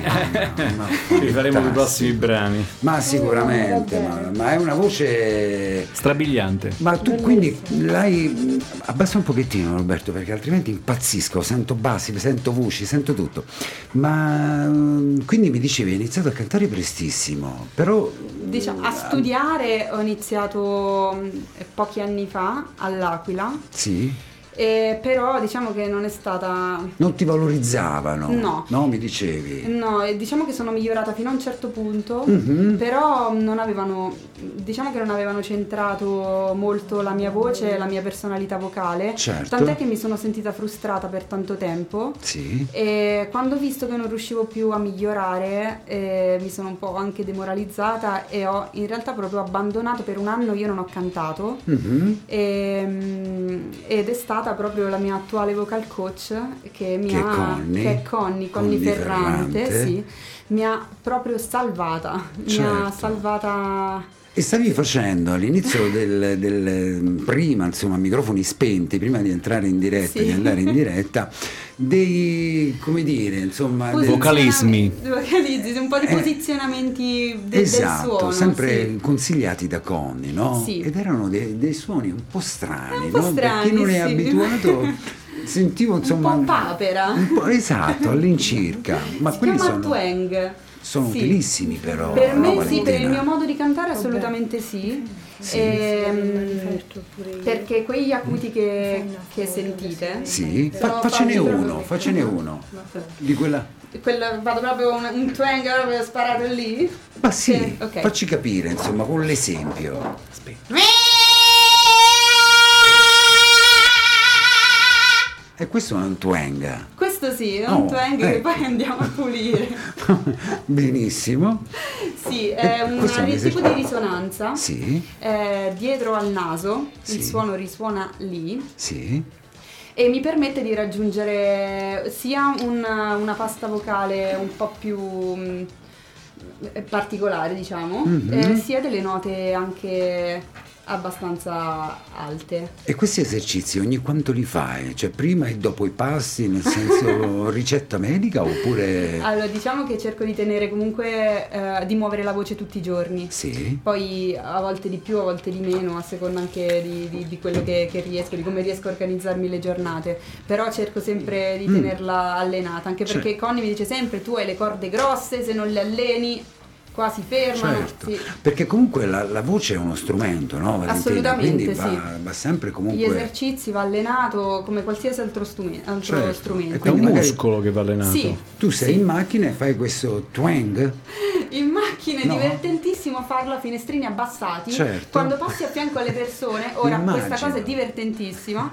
S4: ma
S8: Rifaremo i
S4: fantastico.
S8: prossimi brani.
S4: Ma sicuramente, ma, ma è una voce.
S8: Strabiliante.
S4: Ma tu quindi l'hai. Abbassa un pochettino Roberto perché altrimenti impazzisco, sento bassi, sento voci, sento tutto. Ma mm, quindi mi dicevi hai iniziato a cantare prestissimo, però.
S7: Diciamo, a mm, studiare ho iniziato mh, pochi anni fa all'Aquila
S4: Sì?
S7: e
S5: Eh, però diciamo che non è stata
S4: Non ti valorizzavano?
S5: No.
S4: mi dicevi?
S5: No, e diciamo che sono migliorata fino a un certo punto,
S4: Mhm.
S5: però non avevano, diciamo che non avevano centrato molto la mia voce e la mia personalità vocale,
S4: Certo.
S5: tant'è che mi sono sentita frustrata per tanto tempo
S4: Sì.
S5: e quando ho visto che non riuscivo più a migliorare eh, mi sono un po' anche demoralizzata e ho in realtà proprio abbandonato per un anno, io non ho cantato
S4: Mhm.
S5: Ehm, ed è stata proprio la mia attuale vocal coach che mi
S4: Che è
S5: ha
S4: Conny?
S5: che è Conny, Conny
S4: Conny
S5: Ferrante,
S4: Ferrante.
S5: sì, mi ha proprio salvata, mi
S4: Certo.
S5: ha salvata
S4: E stavi facendo all'inizio del, del- prima, insomma, microfoni spenti, prima di entrare in diretta,
S5: Sì.
S4: di andare in diretta, dei, come dire, insomma, dei-
S3: Vocalismi.
S5: vocalismi, un po' di
S4: Eh,
S5: posizionamenti de- del
S4: Esatto,
S5: suono,
S4: sempre
S5: sì.
S4: consigliati da Conny, no?
S5: Sì. Eh,
S4: Ed erano dei, dei suoni un po' strani,
S5: Un po'
S4: no? Per
S5: strani,
S4: chi non è
S5: sì. <laughs>
S4: abituato sentivo
S5: un
S4: insomma...
S5: po' papera.
S4: un po'- esatto, all'incirca. Ma
S5: si
S4: quelli
S5: chiama
S4: sono,
S5: twang.
S4: sono
S5: Sì.
S4: utilissimi però.
S5: Per
S4: no,
S5: me sì, per il
S4: Valentina?
S5: mio modo di cantare assolutamente sì. Ehm, perché quegli acuti che, che sentite,
S4: Sì, Fa-
S5: sono
S4: facene
S5: fatti proprio-
S4: uno, facene
S5: <laughs>
S4: uno. Di quella...
S5: Quella- vado proprio un, un twang proprio sparato lì.
S4: Ma sì,
S5: ok.
S4: facci capire insomma con l'esempio. E questo è un twang.
S5: Questo sì, è
S4: Oh,
S5: un twang che
S4: ecco.
S5: poi andiamo a pulire.
S4: <laughs> Benissimo.
S5: Sì, è un
S4: Eh, questo è un
S5: ri- tipo
S4: esercizio.
S5: di risonanza.
S4: Sì,
S5: eh, dietro al naso
S4: Sì.
S5: il suono risuona lì
S4: sì.
S5: e mi permette di raggiungere sia una, una pasta vocale un po' più mh, particolare, diciamo,
S4: Mhm.
S5: eh, sia delle note anche abbastanza alte.
S4: E questi esercizi ogni quanto li fai? Cioè prima e dopo i passi, nel
S5: <laughs>
S4: senso ricetta medica oppure...
S5: Allora, diciamo che cerco di tenere comunque eh, di muovere la voce tutti i giorni.
S4: Sì,
S5: Poi a volte di più, a volte di meno, a seconda anche di, di- di quello che, che riesco, di come riesco a
S4: Eh.
S5: organizzarmi le giornate. Però cerco sempre
S4: Mm.
S5: di tenerla allenata, anche perché Connie mi dice sempre tu hai le corde grosse, se non le alleni qua si fermano.
S4: certo.
S5: sì.
S4: Perché comunque la, la voce è uno strumento, no Valentina?
S5: Assolutamente,
S4: Quindi va, va sempre
S5: Gli
S4: comunque...
S5: esercizi va allenato come qualsiasi altro, strume- altro
S4: Certo,
S5: strumento.
S4: e
S11: È un
S4: Quindi magari-
S11: muscolo che va allenato.
S5: Sì, <laughs>
S4: Tu sei in macchina e fai questo twang?
S5: in macchina è
S4: No.
S5: divertentissimo farla a finestrini abbassati
S4: Certo.
S5: quando passi a fianco alle persone ora questa
S4: Immagino.
S5: cosa è divertentissima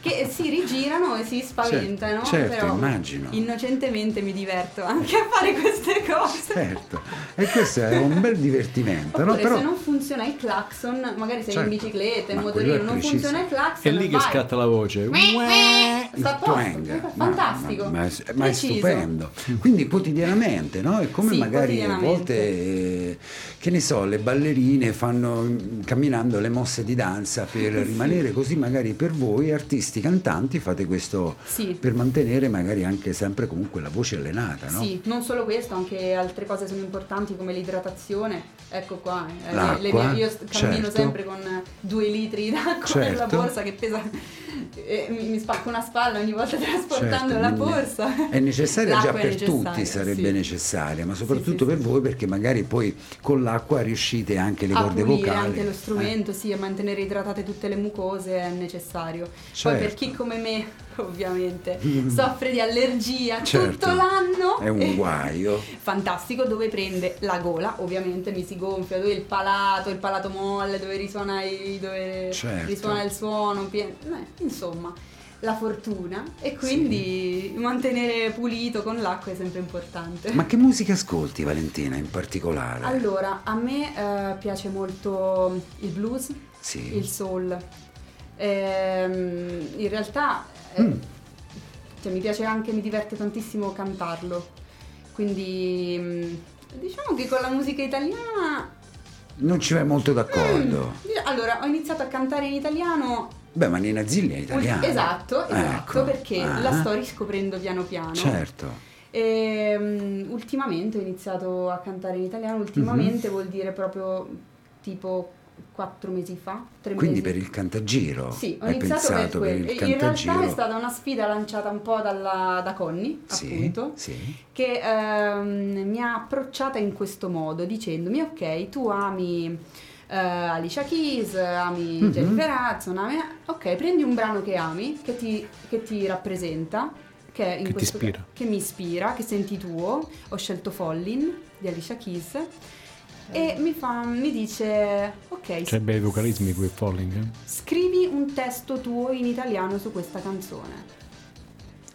S5: che si rigirano e si spaventano
S4: Certo,
S5: però
S4: immagino.
S5: innocentemente mi diverto anche a fare queste cose
S4: Certo. E questo è un bel divertimento, no?
S5: Oppure
S4: Però...
S5: se non funziona il claxon, magari sei
S4: Certo.
S5: in bicicletta, in
S4: Ma quello è
S5: motorino, non
S4: preciso.
S5: funziona il
S11: È
S5: claxon,
S11: lì che
S5: vai.
S11: scatta la voce.
S5: Sta a
S4: Il
S5: posto,
S4: twang, ma-
S5: fantastico,
S4: ma, ma è- ma è
S5: preciso.
S4: stupendo. Quindi quotidianamente, no? È come
S5: Sì,
S4: magari a
S5: quotidianamente.
S4: volte, eh, che ne so, le ballerine fanno mm, camminando le mosse di danza per rimanere così, magari per voi artisti, cantanti, fate questo
S5: Sì.
S4: per mantenere magari anche sempre comunque la voce allenata, no?
S5: Sì, non solo questo, anche altre cose sono importanti come l'idratazione. Ecco qua, eh,
S4: L'acqua,
S5: le mie- io st- cammino
S4: certo.
S5: sempre con eh, due litri d'acqua nella
S4: Certo.
S5: borsa che pesa, e mi, mi spacco una spalla ogni volta <laughs> trasportando
S4: Certo,
S5: la
S4: quindi
S5: borsa.
S4: È necessaria già
S5: L'acqua è
S4: per
S5: necessaria,
S4: tutti, sarebbe
S5: sì.
S4: necessaria, ma soprattutto
S5: sì,
S4: per voi perché magari poi con l'acqua riuscite anche le
S5: A
S4: corde
S5: pulire
S4: vocali.
S5: anche lo
S4: eh.
S5: strumento, sì, a mantenere idratate tutte le mucose è necessario.
S4: Certo. Mm.
S5: Poi per chi come me, <laughs> ovviamente, soffre di allergia
S4: Certo.
S5: tutto l'anno.
S4: È un guaio.
S5: <laughs> Fantastico, dove prende la gola, ovviamente mi si gonfia, dove il palato, il palato molle, dove risuona, i- dove
S4: Certo.
S5: risuona il suono, pie- eh, insomma, la fortuna e quindi mantenere pulito con l'acqua è sempre importante.
S4: Ma che musica ascolti Valentina in particolare?
S5: Allora, a me eh, piace molto il blues,
S4: Sì.
S5: il soul. Ehm, in realtà eh,
S4: Mm.
S5: cioè, mi piace anche, mi diverte tantissimo cantarlo. Quindi mm, diciamo che con la musica italiana...
S4: Non ci vai molto d'accordo.
S5: Mm. Allora, ho iniziato a cantare in italiano...
S4: Beh, ma Nina Zilli è italiana.
S5: Esatto, esatto,
S4: Ecco.
S5: perché
S4: Ah,
S5: la sto riscoprendo piano piano.
S4: Certo.
S5: E, mm, ultimamente ho iniziato a cantare in italiano,
S4: Mhm.
S5: ultimamente vuol dire proprio tipo quattro mesi fa, tre
S4: Quindi
S5: mesi
S4: per il cantagiro.
S5: Sì, ho
S4: Hai
S5: iniziato per
S4: pensato per,
S5: quello.
S4: il
S5: in
S4: cantagiro.
S5: realtà è stata una sfida lanciata un po' dalla- da Conny,
S4: Sì,
S5: appunto,
S4: sì.
S5: che ehm, mi ha approcciata in questo modo, dicendomi ok, tu ami eh, Alicia Keys, ami Jennifer Hudson, ami... ok, prendi un brano che ami, che ti, che ti rappresenta, che, è in
S3: Che ti
S5: questo-
S3: ispira.
S5: che mi ispira, che senti tuo, ho scelto Follin di Alicia Keys e mi, fa, mi dice, ok,
S8: Cioè
S3: C'è bei vocalismi qui Falling. eh?
S5: scrivi un testo tuo in italiano su questa canzone.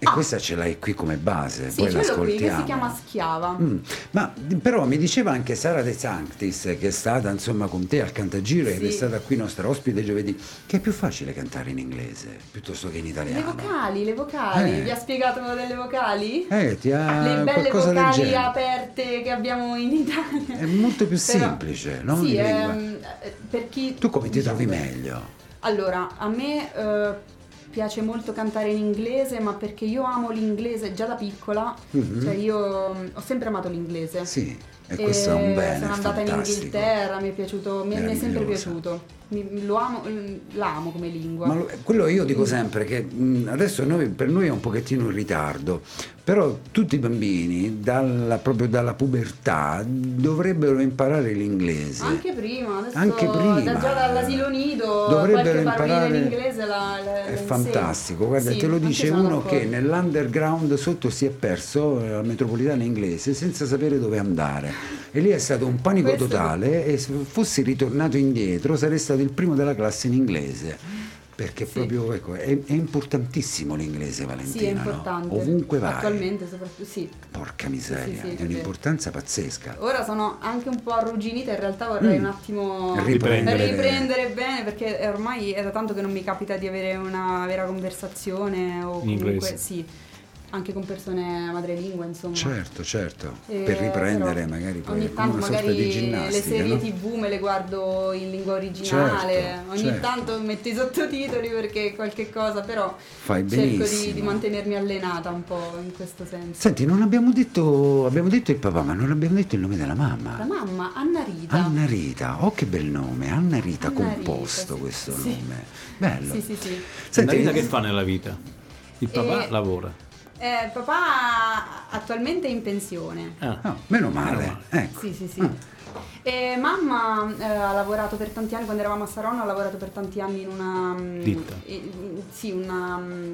S4: E questa ce l'hai qui come base,
S5: Ah. Sì,
S4: poi
S5: quello qui che
S4: l'ascoltiamo.
S5: si chiama Schiava.
S4: Mm, Ma però mi diceva anche Sara De Sanctis, che è stata insomma con te al Cantagiro ed è
S5: Sì.
S4: stata qui nostra ospite giovedì, che è più facile cantare in inglese piuttosto che in
S5: Le
S4: italiano.
S5: vocali, le vocali,
S4: Eh.
S5: vi ha spiegato delle vocali?
S4: Eh, ti ha
S5: le belle
S4: qualcosa del
S5: vocali
S4: genere.
S5: aperte che abbiamo in Italia.
S4: È molto più
S5: Però-
S4: semplice, no?
S5: Sì,
S4: Di lingua.
S5: ehm, eh, per chi...
S4: Tu come ti trovi meglio?
S5: Allora, a me eh, piace molto cantare in inglese, ma perché io amo l'inglese già da piccola, cioè io mm, ho sempre amato l'inglese.
S4: Mm-hmm. Sì, e
S5: Eh,
S4: questo è un bene.
S5: Sono andata in
S4: fantastico.
S5: Inghilterra, mi è piaciuto, mi, mi è sempre
S4: Meravigliosa.
S5: piaciuto. Mi- lo amo, mm, l'amo come lingua.
S4: Ma lo- quello io dico sempre che mh, adesso noi- per noi è un pochettino in ritardo, però tutti i bambini, dalla- proprio dalla pubertà, dovrebbero imparare l'inglese.
S5: Anche prima, adesso
S4: Anche prima.
S5: da- già dall'asilo nido
S4: dovrebbero
S5: qualche parolina
S4: imparare
S5: in inglese la, la- la
S4: è
S5: insegna.
S4: fantastico guarda
S5: Sì,
S4: te lo
S5: anche
S4: dice
S5: sono
S4: uno che
S5: d'accordo.
S4: nell'underground sotto si è perso eh, la metropolitana inglese senza sapere dove andare e lì è stato un panico
S5: Questo-
S4: totale e se fossi ritornato indietro sarei stato il primo della classe in inglese perché proprio ecco, è, è importantissimo l'inglese Valentina
S5: Sì, è
S4: no?
S5: importante.
S4: ovunque vai
S5: Attualmente soprattutto, sì.
S4: porca miseria
S5: Sì, sì,
S4: è
S5: sì.
S4: un'importanza pazzesca
S5: Ora sono anche un po' arrugginita, in realtà vorrei un attimo
S4: Mm. Riprendere.
S5: riprendere bene perché è ormai è da tanto che non mi capita di avere una vera conversazione o
S3: In
S5: comunque
S3: inglese.
S5: sì, anche con persone madrelingua, insomma.
S4: certo certo
S5: Eh,
S4: per riprendere
S5: però
S4: magari poi
S5: ogni tanto
S4: una
S5: magari
S4: sorta di
S5: le
S4: ginnastica
S5: serie
S4: no?
S5: tv me le guardo in lingua originale
S4: Certo,
S5: ogni
S4: certo.
S5: tanto metto i sottotitoli perché qualche cosa però
S4: Fai
S5: cerco di,
S4: benissimo.
S5: di mantenermi allenata un po' in questo senso
S4: Senti, non abbiamo detto, abbiamo detto il papà, ma non abbiamo detto il nome della mamma.
S5: la mamma Anna Rita
S4: Anna Rita, oh che bel nome, Anna Rita
S5: Anna
S4: composto
S5: Rita, sì,
S4: questo
S5: sì.
S4: nome. Bello.
S5: sì sì sì
S4: Senti,
S8: Marina che fa nella vita? Il papà
S5: Eh,
S8: lavora.
S5: Eh, papà attualmente è in pensione
S8: Ah,
S4: no, meno male, ecco.
S5: Sì, sì, sì. E mamma eh, ha lavorato per tanti anni, quando eravamo a Saronno, ha lavorato per tanti anni in una... mm,
S8: Ditta.
S5: in- sì, una... mm,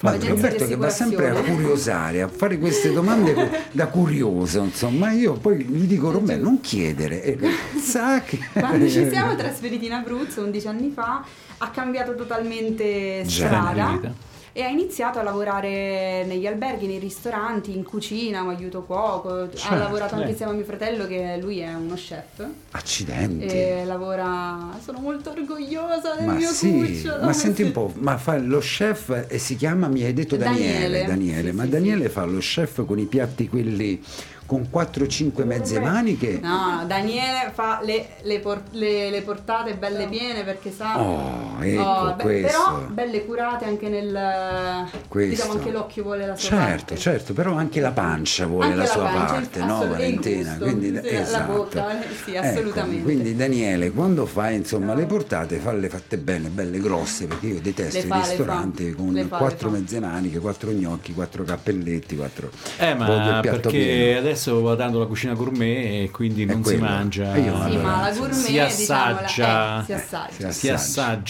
S4: Ma
S5: agenzia di
S4: Roberto che va sempre a
S5: assicurazione.
S4: curiosare, a fare queste domande da curioso, insomma, io poi gli dico Roberto, non chiedere, e lui sa
S5: <laughs>
S4: che...
S5: <laughs>
S4: <laughs>
S5: Quando ci siamo trasferiti in Abruzzo 11 anni fa, ha cambiato totalmente strada.
S8: Genere.
S5: E ha iniziato a lavorare negli alberghi, nei ristoranti, in cucina, un aiuto cuoco.
S4: Certo,
S5: ha lavorato
S4: eh.
S5: anche insieme a mio fratello, che lui è uno chef.
S4: Accidenti.
S5: E lavora. Sono molto orgogliosa del
S4: Ma
S5: mio
S4: sì,
S5: cucciolo.
S4: ma senti
S5: <laughs>
S4: un
S5: Sì.
S4: po', ma fa lo chef e si chiama, mi hai detto Daniele,
S5: Daniele.
S4: Daniele,
S5: Sì,
S4: ma
S5: sì,
S4: Daniele fa lo chef con i piatti quelli con 4-5 mezze maniche?
S5: No, no, Daniele fa le, le por- le- le portate belle piene perché sa.
S4: Oh, ecco questo.
S5: Però belle curate anche nel.
S4: Questo.
S5: Diciamo anche l'occhio vuole la sua
S4: Certo,
S5: parte.
S4: certo, però anche la pancia vuole
S5: Anche
S4: la,
S5: la
S4: sua
S5: pancia,
S4: parte,
S5: il-
S4: no
S5: assolut- il gusto,
S4: Valentina? Quindi,
S5: sì, la
S4: esatto.
S5: bocca, eh, sì,
S4: Ecco,
S5: assolutamente.
S4: quindi Daniele, quando fai insomma le portate, falle fatte bene, belle grosse, perché io detesto
S5: Le
S4: i
S5: fa, le fa.
S4: ristoranti
S5: Le
S4: con
S5: fa, le
S4: quattro
S5: fa.
S4: mezze maniche, quattro gnocchi, quattro cappelletti, quattro...
S8: Eh,
S4: proprio
S8: ma
S4: il piatto
S8: perché
S4: pieno.
S8: adesso va dando la cucina gourmet e quindi non si
S4: quello.
S8: mangia.
S4: E io non
S5: Sì,
S4: Allora,
S5: ma la
S4: insomma,
S5: gourmet
S8: si
S5: diciamola,
S8: assaggia.
S5: eh, si assaggia.
S4: si
S8: si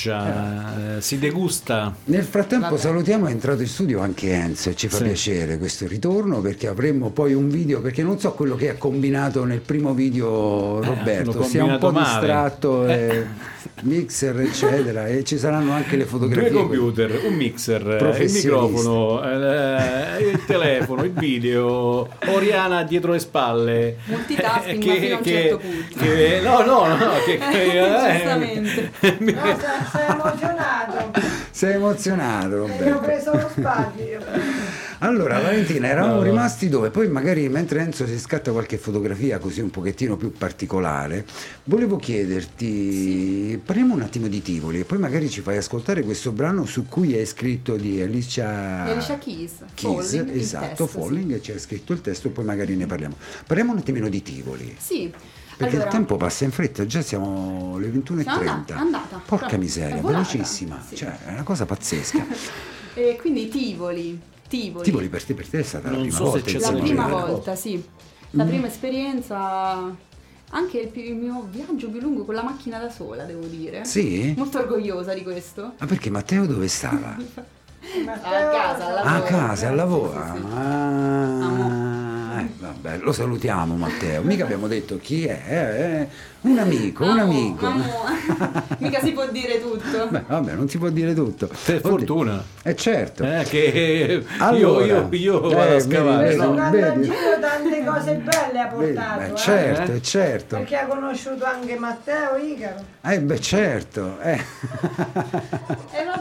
S8: assaggia, eh, si degusta.
S4: Nel frattempo
S5: Vabbè.
S4: salutiamo, è entrato in studio anche Enzo e ci fa
S8: Sì.
S4: piacere questo ritorno perché avremo poi un video, perché non so quello che ha combinato nel primo video Roberto,
S8: l'ho
S4: si è un po'
S8: Eh, combinato male.
S4: distratto,
S8: Eh.
S4: eh, mixer eccetera e ci saranno anche le fotografie.
S8: Due computer, un mixer, eh, il
S4: Professionista.
S8: microfono, eh, il telefono, il video, Oriana dietro le spalle.
S5: Multitasking,
S8: Eh,
S5: ma fino a un certo punto.
S8: che- no, no, no.
S5: <laughs>
S8: Che, che- eh,
S5: Giustamente.
S6: No, sono- sono emozionato.
S4: Sei emozionato
S6: Mi ho
S4: Roberto.
S6: preso lo
S4: <laughs>
S6: spazio.
S5: Eh,
S4: Allora Valentina, eravamo rimasti dove? Poi magari mentre Enzo si scatta qualche fotografia così un pochettino più particolare, volevo chiederti, parliamo un attimo di Tivoli e poi magari ci fai ascoltare questo brano su cui hai scritto di Alicia...
S5: Di Alicia Keys,
S4: Keys,
S5: Falling, il
S4: esatto,
S5: testo, sì.
S4: Falling, e c'è scritto il testo, poi magari ne parliamo. Parliamo un attimino di Tivoli.
S5: Sì.
S4: Perché
S5: allora,
S4: il tempo passa in fretta, già siamo le 21.30.
S5: Sono andata, andata.
S4: Porca
S5: Però,
S4: miseria,
S5: è volata.
S4: velocissima.
S5: Sì.
S4: Cioè, è una cosa pazzesca.
S5: E eh, quindi Tivoli. <laughs> Tivoli.
S4: Tivoli per te, per te è stata la
S8: Non
S4: prima
S8: so se
S4: volta.
S8: c'è
S5: La
S4: insomma,
S8: stato
S4: Mm.
S5: prima
S8: girato.
S5: volta, sì. La prima esperienza anche il, più- il mio viaggio più lungo con la macchina da sola, devo dire.
S4: Sì?
S5: Molto orgogliosa di questo.
S4: Ma perché Matteo dove stava?
S5: A casa, al
S4: Ah,
S5: lavoro.
S4: a casa, al lavoro.
S5: Sì, sì, sì.
S4: Ah, eh, vabbè, lo salutiamo Matteo.
S5: <laughs>
S4: Mica abbiamo detto chi è. eh, Un amico, un
S5: Amo,
S4: amico.
S5: amo. <laughs> Mica si può dire tutto.
S4: Beh, vabbè, non si può dire tutto.
S8: Per
S4: Oddio.
S8: fortuna.
S4: Eh certo.
S8: Eh, che
S4: Allora.
S8: io, io, io vado
S4: Eh,
S8: a scavare.
S4: vedi,
S8: no?
S4: vedi.
S6: Guarda in giro tante cose belle ha
S4: Beh,
S6: portato.
S4: beh,
S6: eh.
S4: certo, eh, certo.
S6: Perché ha conosciuto anche Matteo Icaro.
S4: Eh beh certo. Eh,
S5: E va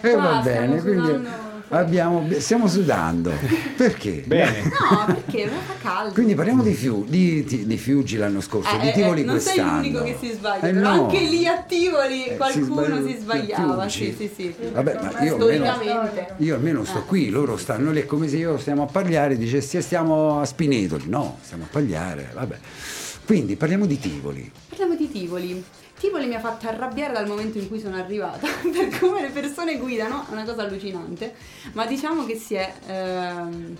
S4: <laughs> Eh,
S5: qua
S4: va
S5: stiamo
S4: bene, quindi
S5: sudando.
S4: abbiamo, stiamo
S5: <laughs>
S4: sudando. Perché?
S8: Bene.
S5: No, perché non fa caldo.
S4: Quindi parliamo di, Fiu- di, di- di Fiuggi l'anno scorso,
S5: Eh,
S4: di
S5: eh,
S4: Tivoli
S5: eh, non sei
S4: quest'anno.
S5: l'unico che si sbaglia,
S4: Eh,
S5: però
S4: no.
S5: anche lì a Tivoli
S4: Eh, si
S5: qualcuno
S4: sbaglia-
S5: si, sbagliava.
S4: Fiuggi.
S5: Sì, sì, sì.
S4: Vabbè, ma io almeno,
S5: Storicamente.
S4: io almeno sto qui, loro stanno lì, è come se io stiamo a Pagliare, dice sì, stiamo a Spinetoli, no, stiamo a Pagliare, vabbè. Quindi parliamo di Tivoli.
S5: Parliamo di Tivoli. Tivoli mi ha fatto arrabbiare dal momento in cui sono arrivata, <laughs> per come le persone guidano, è una cosa allucinante, ma diciamo che si è ehm,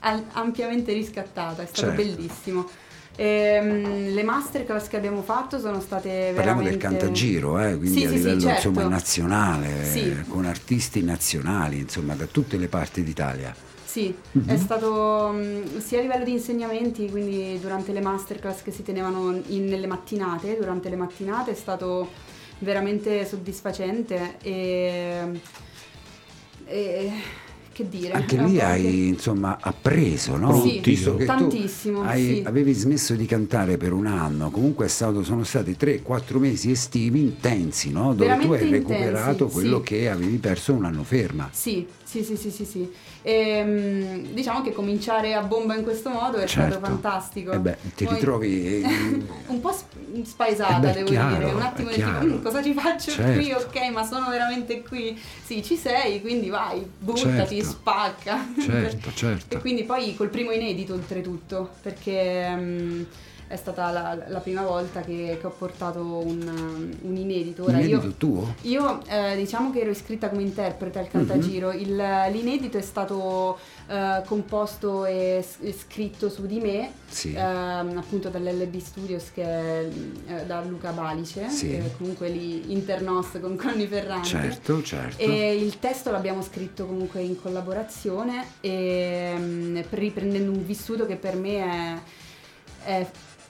S5: al- ampiamente riscattata, è stato
S4: Certo.
S5: bellissimo. Ehm, le masterclass che abbiamo fatto sono state
S4: Parliamo del
S5: veramente...
S4: cantagiro, eh, quindi
S5: Sì,
S4: a
S5: sì, sì,
S4: livello
S5: certo.
S4: insomma, nazionale,
S5: Sì.
S4: con artisti nazionali, insomma, da tutte le parti d'Italia.
S5: Sì,
S4: Mhm.
S5: è stato mm, sia a livello di insegnamenti, quindi durante le masterclass che si tenevano in- nelle mattinate, durante le mattinate è stato veramente soddisfacente e, e- che dire.
S4: Anche
S5: è un
S4: lì
S5: po'
S4: hai insomma appreso, no?
S5: Sì,
S4: Visto che tu
S5: tantissimo,
S4: hai-
S5: sì.
S4: Avevi smesso di cantare per un anno, comunque è stato- sono stati 3-4 mesi estivi intensi, no? Dove tu hai
S5: Veramente
S4: recuperato
S5: intensi,
S4: quello
S5: sì.
S4: che avevi perso un anno ferma.
S5: Sì, sì, sì, sì, sì, sì. Ehm, diciamo che cominciare a bomba in questo modo è stato
S4: Certo.
S5: fantastico.
S4: Eh beh, ti ritrovi, eh,
S5: <laughs> un po' sp- spaesata,
S4: eh beh,
S5: devo
S4: chiaro,
S5: dire. Un attimo
S4: è
S5: di
S4: chiaro.
S5: "Mm, cosa ci faccio
S4: Certo.
S5: qui? Ok, ma sono veramente qui. Sì, ci sei, quindi vai, buttati,
S4: Certo.
S5: spacca.
S4: Certo, certo.
S5: E quindi poi col primo inedito oltretutto, perché mm, è stata la, la prima volta che, che ho portato un, mm, un inedito. Ora,
S4: Inedito
S5: io,
S4: tuo?
S5: io eh, diciamo che ero iscritta come interprete al
S4: Mhm.
S5: Cantagiro, Il- l'inedito è stato eh, composto e, s- e scritto su di me,
S4: Sì.
S5: ehm, appunto dall'LB Studios che è eh, da Luca Balice,
S4: Sì.
S5: che è comunque lì internos con Conny Ferrante.
S4: Certo, certo.
S5: E il testo l'abbiamo scritto comunque in collaborazione, e, mm, per- riprendendo un vissuto che per me è, è-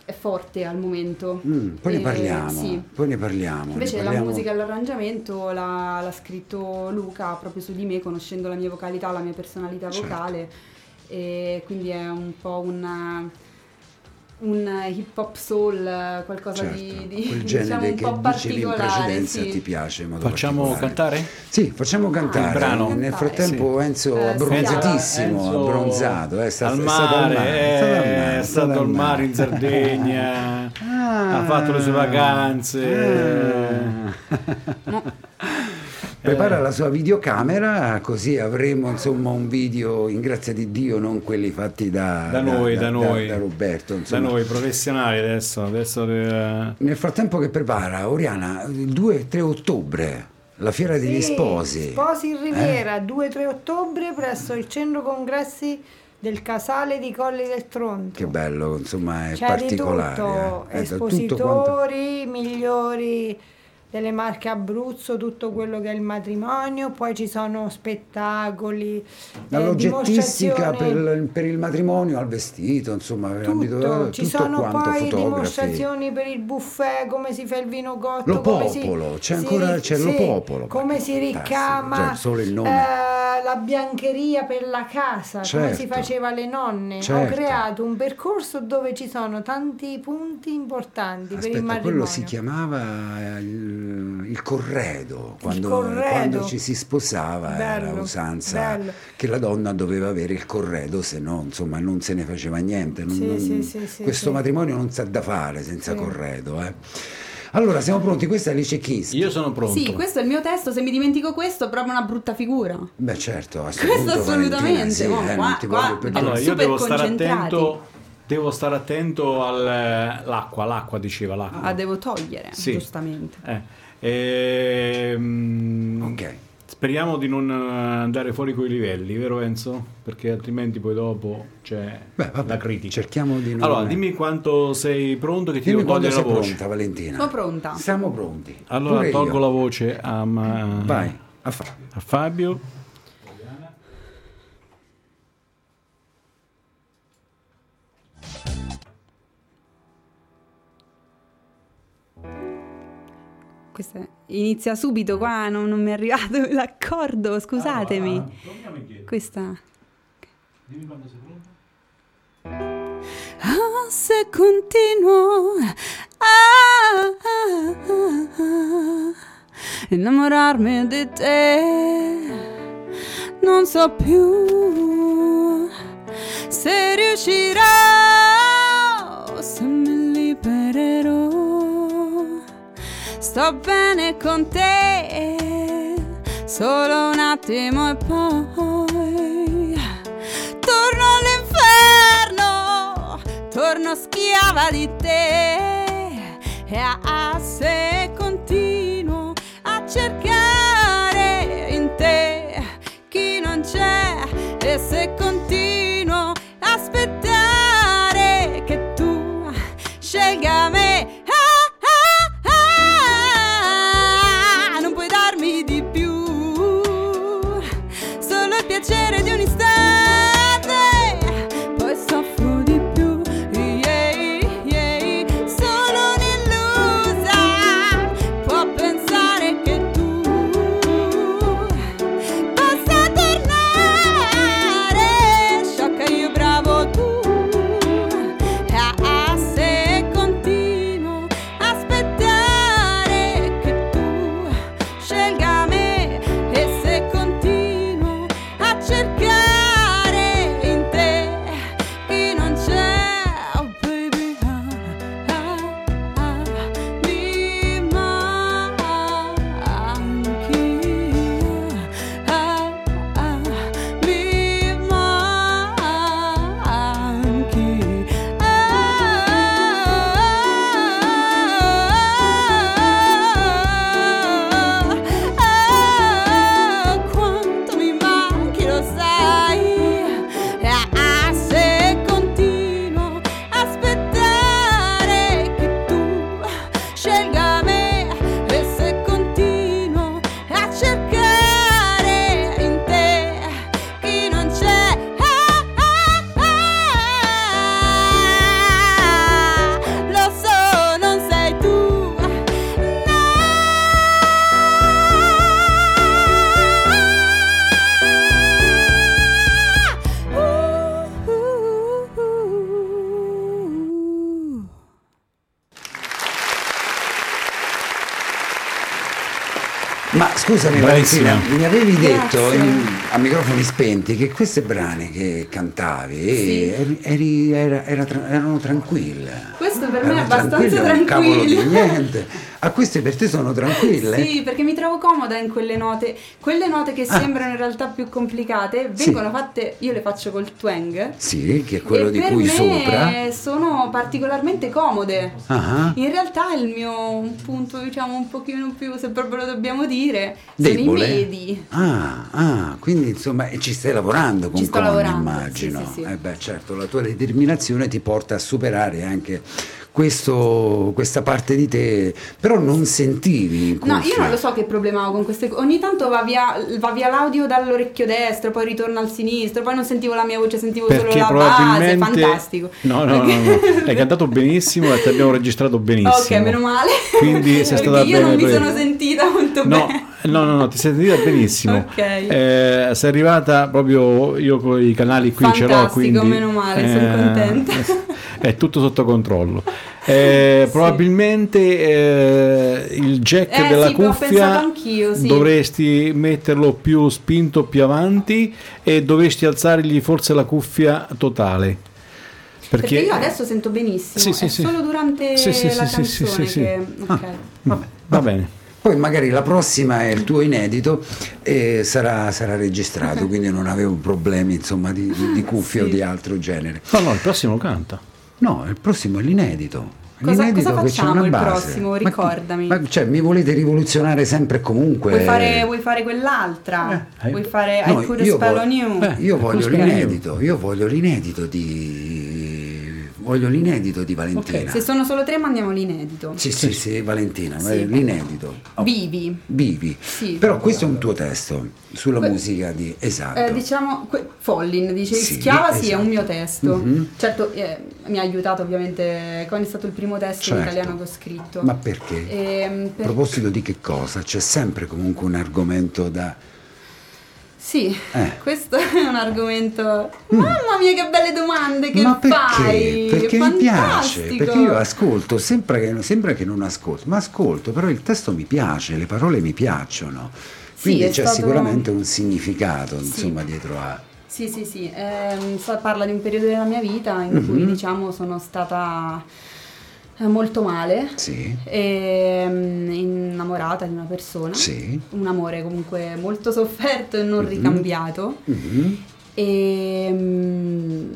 S5: è forte al momento.
S4: Mm, poi ne
S5: E-
S4: parliamo,
S5: eh, sì.
S4: poi ne parliamo. ne
S5: Invece la
S4: parliamo-
S5: musica e l'arrangiamento l'ha, l'ha scritto Luca proprio su di me, conoscendo la mia vocalità, la mia personalità
S4: Certo.
S5: vocale. E quindi è un po' un, un hip hop soul, eh, qualcosa
S4: Certo,
S5: di, di- <laughs>
S4: quel
S5: diciamo
S4: genere
S5: un po'
S4: che dicevi in
S5: particolare.
S4: precedenza
S5: sì.
S4: ti piace in modo
S8: Facciamo
S4: particolare.
S8: cantare?
S4: Sì, facciamo cantare.
S8: Il brano.
S4: Nel
S5: Cantare.
S4: frattempo Enzo
S5: Eh,
S4: abbronzatissimo,
S8: Enzo
S4: abbronzato, eh, sta,
S8: al
S4: è stato al
S8: mare,
S4: mare,
S8: eh,
S4: è stato al mare, è stato al mare.
S8: in Sardegna,
S4: Ah.
S8: ha fatto le sue vacanze.
S4: Ah. <laughs> Prepara la sua videocamera così avremo insomma un video in grazia di Dio non quelli fatti da,
S8: Da noi, da noi.
S4: da Roberto
S8: Da
S4: insomma.
S8: noi professionali adesso, adesso eh,
S4: Nel frattempo che prepara Oriana il 2 e 3 ottobre la fiera degli
S6: Sì,
S4: sposi. Eh?
S6: Sposi in Riviera, 2-3 ottobre presso il centro congressi del Casale di Colli del Tronto.
S4: Che bello, insomma, è
S6: C'è
S4: particolare.
S6: di tutto,
S4: eh. Eh, da tutto quanto-
S6: espositori migliori delle marche Abruzzo, tutto quello che è il matrimonio, poi ci sono spettacoli, eh,
S4: Dall'oggettistica
S6: dimostrazioni,
S4: per, il- per il matrimonio al vestito, insomma, abito- eh,
S6: tutto, ci
S4: tutto
S6: sono
S4: quanto,
S6: poi
S4: fotografi.
S6: dimostrazioni per il buffet, come si fa il vino cotto,
S4: Lo
S6: come
S4: popolo,
S6: si,
S4: c'è
S6: si
S4: ancora-
S6: ri-
S4: c'è lo popolo,
S6: come
S4: perché
S6: si
S4: fantastico,
S6: ricama
S4: già solo il nome.
S6: eh, la biancheria per la casa, come si
S4: Certo.
S6: faceva alle nonne.
S4: Certo.
S6: Ho creato un percorso dove ci sono tanti punti importanti per il
S4: Aspetta,
S6: matrimonio.
S4: quello si chiamava eh, il, il corredo, quando,
S6: corredo.
S4: quando ci si sposava era
S6: Bello,
S4: usanza
S6: bello.
S4: che la donna doveva avere il corredo, se no insomma non se ne faceva niente. non-
S6: Sì,
S4: non-
S6: sì, sì, sì,
S4: questo
S6: sì.
S4: matrimonio non sa da fare senza
S6: Sì.
S4: corredo. eh. Allora siamo pronti, questa è Alice Keys.
S8: io sono pronto.
S5: Sì, questo è il mio testo, se mi dimentico questo, proprio una brutta figura.
S4: Beh certo, a sto
S5: Questo
S4: punto, Valentina,
S5: assolutamente,
S4: sì,
S7: Oh,
S5: no,
S4: eh,
S5: qua-
S4: non ti
S5: qua-
S4: voglio perdere.
S8: Allora, io
S5: super
S8: devo stare
S5: concentrati.
S8: attento, devo stare attento all'acqua, l'acqua diceva l'acqua.
S5: La devo togliere,
S8: Sì.
S5: giustamente.
S8: Eh, ehm,
S4: Ok.
S8: Speriamo di non eh, andare fuori quei livelli, vero Enzo? Perché altrimenti poi dopo c'è
S4: Beh, vabbè,
S8: la critica.
S4: cerchiamo di non-
S8: Allora, dimmi quanto sei pronto che ti
S4: Dimmi
S8: devo
S4: quando
S8: togliere la
S4: sei
S8: voce.
S4: pronta, Valentina.
S7: Sono pronta.
S4: Siamo pronti.
S8: Allora
S4: Pure
S8: tolgo
S4: io.
S8: la voce a, ma-
S4: Vai, a fa-
S8: a Fabio.
S7: Questa è- inizia subito qua, non, non mi è
S5: <laughs>
S7: arrivato l'accordo, scusatemi. Questa. Ah, se continuo a innamorarmi di te, non so più se riuscirò, se mi libererò. Sto bene con te, solo un attimo e poi torno all'inferno, torno schiava di te. E a a- se continuo a cercare in te chi non c'è, e se continuo a aspettare che tu scelga me. Ah, ah, ah, non puoi darmi di più, solo il piacere di un istante, poi soffro di più. Yeah, yeah. Solo un'illusa può pensare che tu possa tornare, sciocca io bravo tu. Ah, ah, se continuo a aspettare che tu scelga me e se continuo a cercare in te chi non c'è, oh baby, ah, ah, ah, mi manchi, ah, ah, mi manchi, ah, ah, quanto mi manchi lo sai Ah, ah, se continuo a aspettare che tu scelga me e se continuo a cercare in te chi non c'è Ah, ah, ah. lo so non sei tu
S4: Ma scusami
S8: Bravissima.
S4: Valentina, mi avevi
S7: Grazie.
S4: detto in- a microfoni spenti che queste brani che cantavi
S7: Sì.
S4: eri- eri- era- era tra- erano tranquille.
S7: Questo per me è
S4: Erano
S7: abbastanza
S4: tranquille, un cavolo di
S7: tranquillo. <laughs>
S4: niente. A queste per te sono tranquille?
S7: Sì, perché mi trovo comoda in quelle note. Quelle note che sembrano in realtà più complicate
S4: Ah. Sì.
S7: vengono fatte, io le faccio col twang.
S4: Sì, che è quello
S7: e
S4: di
S7: per
S4: cui
S7: me
S4: sopra.
S7: sono particolarmente comode.
S4: Ah, ah.
S7: In realtà il mio punto, diciamo, un pochino più, se proprio lo dobbiamo dire,
S4: Debole.
S7: sono i medi.
S4: Ah, ah, quindi insomma e ci stai lavorando con
S7: Ci sto
S4: Conny,
S7: lavorando,
S4: immagino.
S7: sì, sì, sì.
S4: Eh beh, certo, la tua determinazione ti porta a superare anche questo- questa parte di te, però non sentivi in
S7: No, io
S4: cuffia.
S7: non lo so che problema ho con queste cose. Ogni tanto va via, va via l'audio dall'orecchio destro, poi ritorna al sinistro, poi non sentivo la mia voce, sentivo solo
S8: Perché
S7: la base,
S8: probabilmente...
S7: fantastico.
S8: No, no, no,
S7: <laughs> Perché-
S8: no, no. Hai cantato benissimo e ti abbiamo registrato benissimo.
S7: Ok, meno male.
S8: Quindi sei
S7: <laughs> Perché
S8: stata
S7: io
S8: bene
S7: non mi
S8: tu.
S7: sono sentita molto
S8: No,
S7: bene.
S8: no, no, no, ti sei sentita benissimo.
S7: Ok.
S8: Eh, sei arrivata proprio io con i canali qui ce l'ho,
S7: Fantastico,
S8: quindi eh,
S7: meno male, son contenta.
S8: <laughs> È tutto sotto controllo. Eh,
S7: Sì.
S8: Probabilmente eh, il jack
S7: Eh,
S8: della
S7: sì, l'ho pensato
S8: cuffia
S7: anch'io, sì.
S8: dovresti metterlo più spinto più avanti e dovresti alzargli forse la cuffia totale. Perché,
S7: Perché, io adesso sento benissimo,
S8: Sì, sì,
S7: è
S8: sì.
S7: solo durante
S8: Sì, sì,
S7: la
S8: sì,
S7: canzone
S8: sì, sì, sì, Ah, sì.
S7: che... ok.
S8: va bene.
S4: Poi magari la prossima è il tuo inedito e sarà, sarà registrato, quindi non avevo problemi insomma di, di- di cuffie o di altro genere.
S8: No, no, il prossimo canta.
S4: No, il prossimo è l'inedito.
S5: Cosa-
S4: L'inedito
S5: cosa
S4: che c'è
S5: facciamo
S4: una
S5: il
S4: base.
S5: prossimo?
S4: Ma-
S5: Ricordami.
S4: Ma, cioè, mi volete rivoluzionare sempre e comunque?
S5: Vuoi fare, vuoi fare quell'altra?
S4: Eh,
S5: vuoi fare
S4: No,
S5: I pure
S4: io
S5: spell
S4: vo-
S5: on you?
S4: eh, io voglio
S3: Spell on
S4: l'inedito, io voglio l'inedito di voglio l'inedito di Valentina.
S5: Se sono solo tre mandiamo l'inedito.
S4: Sì, sì, sì, Valentina,
S5: Sì.
S4: eh, l'inedito.
S5: Vivi.
S4: Vivi.
S5: Sì.
S4: Però questo è un tuo testo sulla
S5: Que-
S4: musica di esatto.
S5: Eh, diciamo, que- Follin dice
S4: Sì,
S5: Schiava sì è
S4: esatto.
S5: un mio testo. Certo, eh, mi ha aiutato ovviamente. Con è stato il primo testo in
S4: Certo.
S5: italiano che ho scritto.
S4: Ma perché?
S5: Ehm,
S4: A
S5: per-
S4: proposito di che cosa? C'è sempre comunque un argomento da
S5: Sì,
S4: Eh.
S5: <laughs>
S4: Mm.
S5: questo è un argomento. Mamma mia, che belle domande che
S4: Ma perché?
S5: fai!
S4: Perché mi piace,
S5: Fantastico!
S4: perché io ascolto, sembra che, sembra che non ascolto, ma ascolto, però il testo mi piace, le parole mi piacciono. Quindi
S5: è
S4: c'è
S5: stato-
S4: sicuramente un significato, insomma, dietro a...
S5: Sì, sì, sì, ehm, so- parla di un periodo della mia vita in
S4: Mm-hmm.
S5: cui diciamo sono stata eh, molto male,
S4: Sì,
S5: Eh? ehm, innamorata di una persona,
S4: sì.
S5: un amore comunque molto sofferto e non ricambiato
S4: mhm.
S5: e, mm,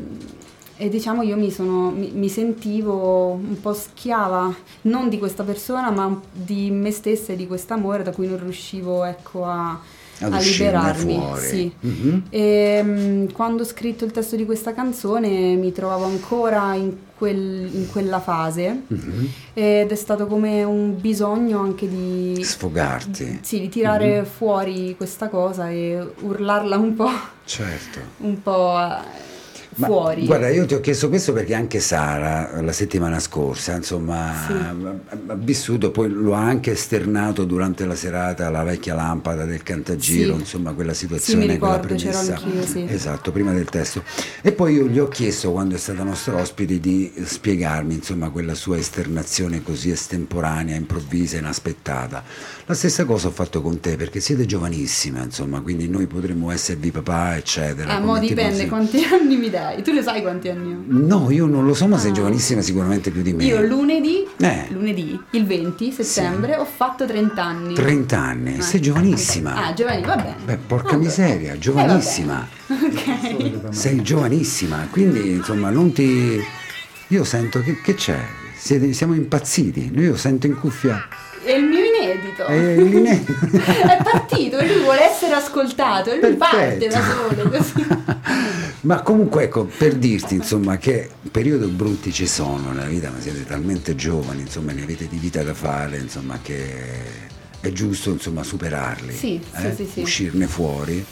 S5: e diciamo io mi, sono, mi, mi sentivo un po' schiava, non di questa persona ma di me stessa e di quest'amore da cui non riuscivo ecco a,
S4: Ad
S5: a
S4: uscirne
S5: liberarmi.
S4: fuori.
S5: Sì.
S4: Mhm.
S5: E, mm, quando ho scritto il testo di questa canzone mi trovavo ancora in, quel- in quella fase
S4: Mhm.
S5: ed è stato come un bisogno anche di,
S4: Sfogarti,
S5: sì, di
S4: Mhm.
S5: tirare fuori questa cosa e urlarla un po',
S4: certo.
S5: un po' eh,
S4: Ma,
S5: fuori.
S4: Guarda, io ti ho chiesto questo perché anche Sara la settimana scorsa, insomma,
S5: Sì.
S4: ha ha vissuto, poi lo ha anche esternato durante la serata la vecchia lampada del Cantagiro,
S5: Sì.
S4: insomma, quella
S5: Sì, mi
S4: situazione, quella
S5: ricordo, c'ero
S4: premessa.
S5: anch'io, sì.
S4: Esatto, prima del testo. E poi io gli ho chiesto quando è stata nostra ospite di spiegarmi, insomma, quella sua esternazione così estemporanea, improvvisa, inaspettata. La stessa cosa ho fatto con te perché siete giovanissime, insomma, quindi noi potremmo esservi papà, eccetera.
S5: Eh,
S4: come
S5: mo
S4: tipo-
S5: dipende
S4: sì.
S5: quanti <laughs> anni mi dai. Tu lo sai quanti anni ho?
S4: No, io non lo so, ma sei giovanissima sicuramente più di me.
S5: Ah. Io lunedì,
S4: Eh.
S5: lunedì, il 20 settembre, ho fatto 30 anni.
S4: 30 anni,
S5: Eh.
S4: sei giovanissima.
S5: Ah, Giovanni, va bene.
S4: Beh, porca
S5: Vabbè. Eh,
S4: miseria, giovanissima.
S5: <laughs>
S4: Sei giovanissima, quindi insomma non ti... Io sento che, che c'è, Siete- siamo impazziti, io sento in cuffia...
S5: È il mio inedito. <laughs>
S4: Eh, Linea-
S5: È partito, lui vuole essere ascoltato, e lui parte da
S4: Perfetto.
S5: solo così.
S4: ma comunque ecco, per dirti insomma che periodi brutti ci sono nella vita, ma siete talmente giovani, insomma ne avete di vita da fare, insomma che è giusto insomma superarli,
S5: Sì, sì,
S4: eh?
S5: sì, sì.
S4: uscirne fuori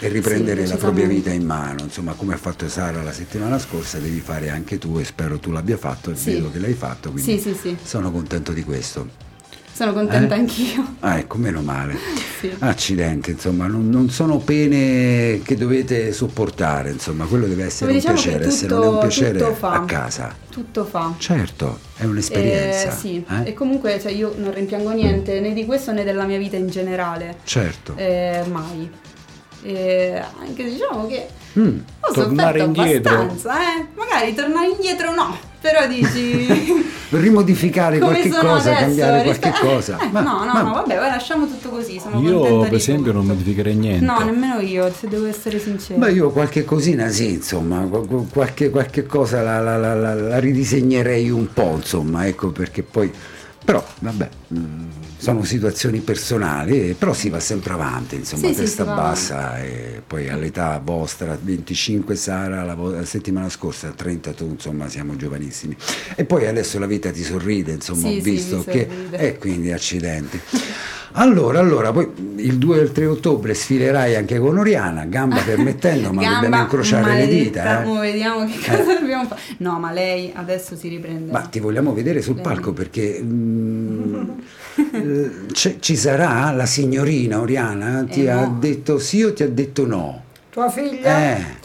S4: e riprendere
S5: Sì,
S4: la propria
S5: decisamente.
S4: vita in mano, insomma come ha fatto Sara la settimana scorsa devi fare anche tu e spero tu l'abbia fatto e
S5: Sì.
S4: vedo che l'hai fatto, <laughs> quindi
S5: Sì, sì, sì.
S4: sono contento di questo.
S5: Sono contenta anch'io.
S4: Ah, ecco, meno male. Ah,
S5: Sì.
S4: Accidente, insomma, non, non sono pene che dovete sopportare, insomma, quello deve essere
S5: Come
S4: un
S5: diciamo che
S4: piacere, se non è
S5: tutto-
S4: un piacere
S5: tutto fa.
S4: a casa.
S5: Tutto fa.
S4: Certo, è un'esperienza.
S5: Eh, sì,
S4: eh?
S5: e comunque cioè, io non rimpiango niente né di questo né della mia vita in generale.
S4: Certo.
S5: <laughs> Eh, mai. Eh, anche diciamo che
S4: Mm.
S5: ho
S8: Tornare
S5: sofferto
S8: indietro.
S5: abbastanza, eh. Magari tornare indietro no, però
S4: <laughs>
S5: dici
S4: Esatto. Rimodificare
S5: come
S4: qualche
S5: sono
S4: cosa,
S5: adesso.
S4: cambiare
S5: rispe-
S4: qualche
S5: <laughs>
S4: cosa.
S5: Eh,
S4: Ma-
S5: no, no,
S4: ma-
S5: no, vabbè, vai, lasciamo tutto così, sono
S8: Io,
S5: contenta
S8: per
S5: di
S8: esempio, non
S5: tutto.
S8: modificherei niente.
S5: No, nemmeno io, se devo essere sincera.
S4: Beh, io qualche cosina sì, insomma, qu- qu- qualche, qualche cosa la, la- la- la- la ridisegnerei un po', insomma, ecco perché poi... Però, vabbè, mm, sono situazioni personali, eh, però si va sempre avanti, insomma,
S5: Sì, sì,
S4: testa
S5: si va
S4: bassa e poi all'età vostra, 25 Sara, la, vo- la settimana scorsa 30 tu, insomma, siamo giovanissimi. E poi adesso la vita ti sorride, insomma,
S5: Sì,
S4: ho
S5: sì, mi
S4: visto che...
S5: sorride.
S4: E quindi accidenti. Allora, allora, poi il 2 e il 3 ottobre sfilerai anche con Oriana, gamba permettendo, ma
S5: Gamba
S4: dobbiamo incrociare le
S5: maledetta,
S4: dita. eh.
S5: mo vediamo che cosa dobbiamo fare. No, ma lei adesso si riprende.
S4: Ma ti vogliamo vedere sul
S5: Bene.
S4: palco perché mm, eh, c'è- ci sarà la signorina Oriana? Ti
S5: Eh,
S4: ha
S5: no.
S4: detto sì o ti ha detto no?
S6: Tua figlia?
S4: Eh.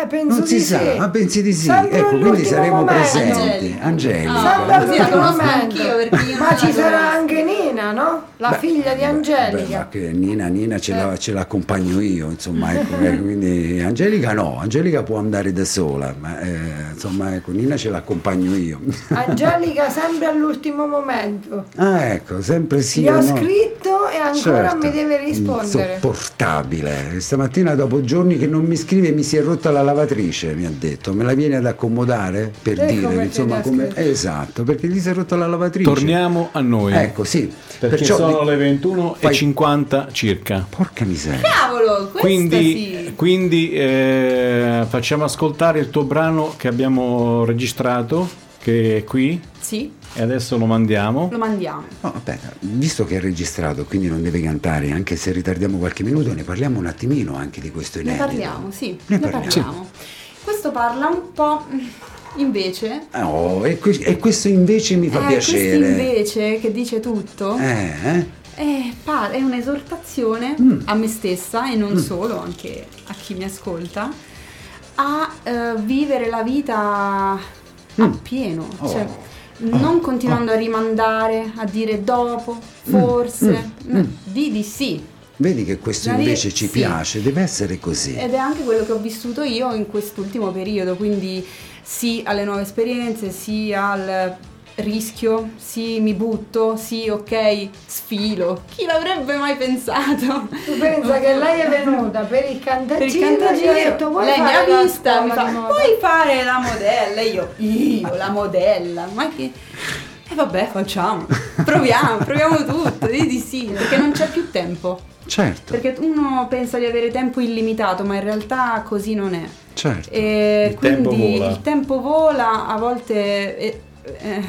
S6: Eh, penso
S4: Non si
S6: di
S4: sa,
S6: sì.
S4: ma pensi di sì.
S6: Sempre
S4: ecco, quindi
S6: all'ultimo
S4: saremo
S6: momento.
S4: presenti. Angelica.
S6: Sempre
S5: Ah, sì, la
S6: all'ultimo
S5: conosco
S6: momento.
S5: anch'io, perché io non
S6: Ma
S5: la
S6: ci sarà
S5: conosco.
S6: anche Nina, no? La figlia
S4: Beh,
S6: di
S4: ma
S6: Angelica.
S4: che Nina, Nina ce, la, ce l'accompagno io, insomma, ecco, eh, quindi Angelica no, Angelica può andare da sola, ma eh, insomma, ecco, Nina ce l'accompagno io.
S6: Ah, Angelica sempre all'ultimo momento.
S4: Ah, ecco, sempre sì.
S6: Gli ho
S4: o no?
S6: scritto e ancora
S4: Certo.
S6: mi deve rispondere.
S4: Insopportabile. Stamattina dopo giorni che non mi scrive mi si è rotta la lavatrice, mi ha detto. Me la viene ad accomodare per
S6: Ecco
S4: dire,
S6: perché
S4: insomma,
S6: ti ha
S4: come...
S6: scritto.
S4: Esatto, perché gli si è rotta la lavatrice.
S8: Torniamo a noi.
S4: Ecco, sì.
S8: Perché
S4: Perciò
S8: sono
S4: di-
S8: le 21 e
S4: fai-
S8: 50 circa.
S4: Porca miseria.
S5: Cavolo, questa
S8: Quindi,
S5: sì.
S8: quindi, eh, facciamo ascoltare il tuo brano che abbiamo registrato, che è qui,
S5: Sì,
S8: e adesso lo mandiamo.
S5: lo mandiamo.
S4: No, vabbè, visto che è registrato, quindi non deve cantare, anche se ritardiamo qualche minuto, ne parliamo un attimino anche di questo
S5: Ne
S4: inedito.
S5: parliamo, sì,
S4: Ne
S5: ne,
S4: parliamo.
S5: parliamo. Questo parla un po' mm, invece.
S4: Oh, e, que- e questo invece mi fa
S5: eh,
S4: piacere.
S5: Questo invece che dice tutto
S4: Eh, eh?
S5: eh, par- è un'esortazione
S4: Mm.
S5: a me stessa e non solo, anche a chi mi ascolta, a eh, vivere la vita
S4: Mm.
S5: a pieno.
S4: Oh.
S5: Cioè, non continuando a rimandare, a dire dopo, forse,
S4: Mm.
S5: no, di di sì.
S4: Vedi che questo
S5: Magari-
S4: invece ci
S5: sì.
S4: piace, deve essere così.
S5: Ed è anche quello che ho vissuto io in quest'ultimo periodo, quindi sì alle nuove esperienze, sì al rischio, sì mi butto, sì ok sfilo. Chi l'avrebbe mai pensato?
S6: Tu pensa che lei è venuta per il
S5: Per il
S6: cantacino e gli ho
S5: cantagiro,
S6: detto vuoi
S5: lei mi ha
S6: fare la
S5: vista, mi
S6: scuola
S5: fa,
S6: di moda?"
S5: puoi fare la modella, io, io la modella, ma che... E vabbè facciamo, proviamo, proviamo tutto, di di sì, perché non c'è più tempo.
S4: Certo,
S5: Perché uno pensa di avere tempo illimitato, ma in realtà così non è.
S4: certo.
S5: E
S8: Il tempo
S5: quindi
S8: vola.
S5: il tempo vola, a volte eh, eh,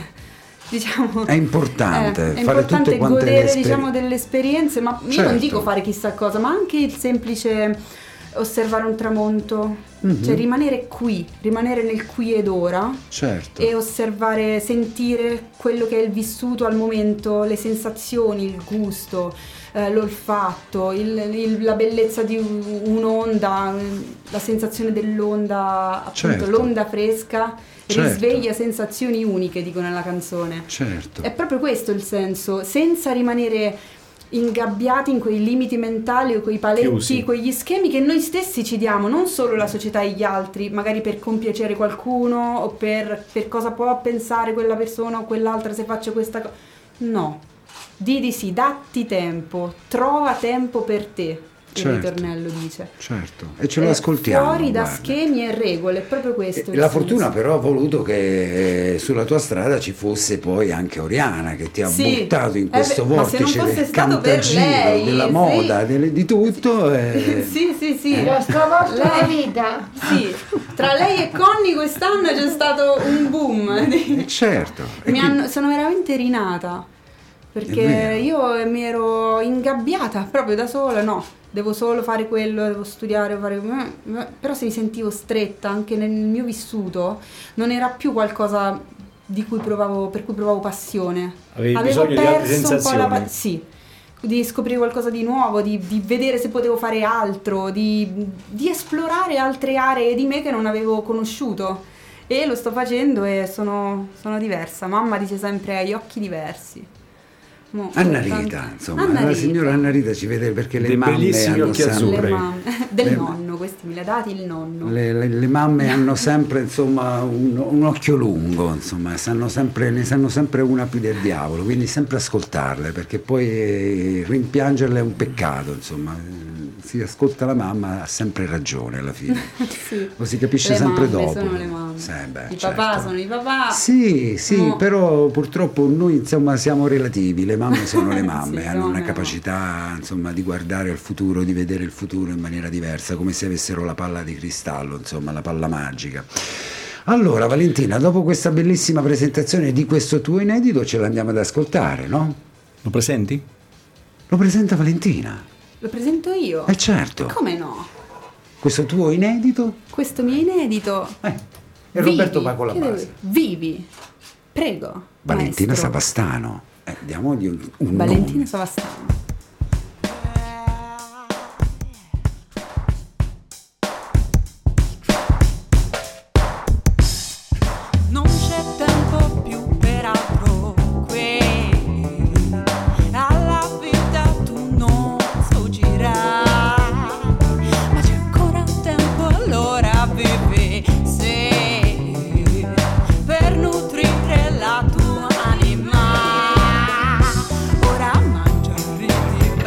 S5: diciamo
S4: È importante
S5: eh, è
S4: fare
S5: importante
S4: tutte quante le
S5: godere
S4: esperi-
S5: diciamo, delle esperienze, ma io
S4: Certo.
S5: non dico fare chissà cosa, ma anche il semplice osservare un tramonto,
S4: Mhm.
S5: cioè rimanere qui, rimanere nel qui ed ora
S4: Certo.
S5: e osservare, sentire quello che è il vissuto al momento, le sensazioni, il gusto, eh, l'olfatto, il- il- la bellezza di un- un'onda, mm, la sensazione dell'onda, appunto
S4: Certo.
S5: l'onda fresca,
S4: Certo.
S5: risveglia sensazioni uniche, dicono nella canzone.
S4: Certo.
S5: È proprio questo il senso, senza rimanere ingabbiati in quei limiti mentali o quei paletti,
S8: Chiusi.
S5: quegli schemi che noi stessi ci diamo, non solo la società e gli altri, magari per compiacere qualcuno o per, per cosa può pensare quella persona o quell'altra se faccio questa cosa. No, di di sì, datti tempo, trova tempo per te,
S4: Certo.
S5: il ritornello dice.
S4: Certo. E ce lo
S5: Eh,
S4: ascoltiamo.
S5: Fuori da
S4: guarda.
S5: schemi e regole, è proprio questo.
S4: Eh,
S5: il
S4: La
S5: senso.
S4: fortuna però ha voluto che eh, sulla tua strada ci fosse poi anche Oriana che ti ha
S5: Sì.
S4: buttato in
S5: Eh,
S4: questo
S5: beh, ma se non
S4: vortice
S5: fosse
S4: del
S5: stato per
S4: cantagiro,
S5: lei,
S4: della
S5: sì.
S4: moda, delle- di tutto. eh,
S5: <laughs> Sì, sì, sì.
S6: L'ho stravolto la
S5: Lei-
S6: vita.
S5: Sì, tra lei e Conny quest'anno c'è stato un boom.
S4: eh, certo. E quindi-
S5: Mi hanno- sono veramente rinata
S4: È
S5: perché
S4: vero.
S5: io mi ero ingabbiata proprio da sola, no, devo solo fare quello, devo studiare, fare... però se mi sentivo stretta anche nel mio vissuto non era più qualcosa di cui provavo, per cui provavo passione.
S11: Avevi
S5: Avevo
S11: bisogno di altre
S5: perso un po' la
S11: sensazioni.
S5: pa- sì, di scoprire qualcosa di nuovo, di, di vedere se potevo fare altro, di, di esplorare altre aree di me che non avevo conosciuto. E lo sto facendo e sono, sono diversa. Mamma dice sempre gli occhi diversi. Mo,
S4: Anna
S5: tanto-
S4: Rita, insomma,
S5: Anna
S4: la
S5: Rita,
S4: signora Anna Rita ci vede perché le
S8: Dei
S4: mamme
S8: bellissimi
S4: hanno
S8: occhi
S4: sempre...
S5: le
S8: azzurri.
S5: mamme- <laughs> del nonno, questi me li ha dati il nonno.
S4: Le, le- le mamme hanno sempre insomma, un, un occhio lungo, insomma, sanno sempre- ne sanno sempre una più del diavolo, quindi sempre ascoltarle perché poi eh, rimpiangerle è un peccato. Insomma. Eh, Si ascolta la mamma ha sempre ragione alla fine.
S5: <laughs> <laughs> Sì.
S4: Lo si capisce
S5: Le
S4: sempre
S5: mamme
S4: dopo.
S5: sono le mamme.
S4: Sì, beh,
S5: I
S4: certo.
S5: papà sono i papà.
S4: Sì, sì,
S5: Ah, No.
S4: però purtroppo noi insomma siamo relativi, le mamme sono
S5: <laughs>
S4: le
S5: Sì,
S4: mamme, hanno
S5: no,
S4: una
S5: no.
S4: capacità insomma di guardare al futuro, di vedere il futuro in maniera diversa, come se avessero la palla di cristallo, insomma la palla magica. Allora Valentina, dopo questa bellissima presentazione di questo tuo inedito ce l'andiamo ad ascoltare, no?
S8: Lo presenti?
S4: Lo presenta Valentina,
S5: Lo presento io.
S4: eh certo,
S5: Come no?
S4: questo tuo inedito
S5: Questo mio inedito.
S4: eh, e Roberto
S5: Vivi.
S4: va con la
S5: Che devo-
S4: base.
S5: Vivi. Prego.
S4: Valentina
S5: maestro.
S4: Savastano, eh, diamogli un, un
S5: Valentina
S4: nome.
S5: Savastano.
S7: Non c'è tempo più per altro qui. Alla vita tu non sfuggirai. Ma c'è ancora tempo, allora vivi, sì. Per nutrire la tua anima. Ora mangia, ridi,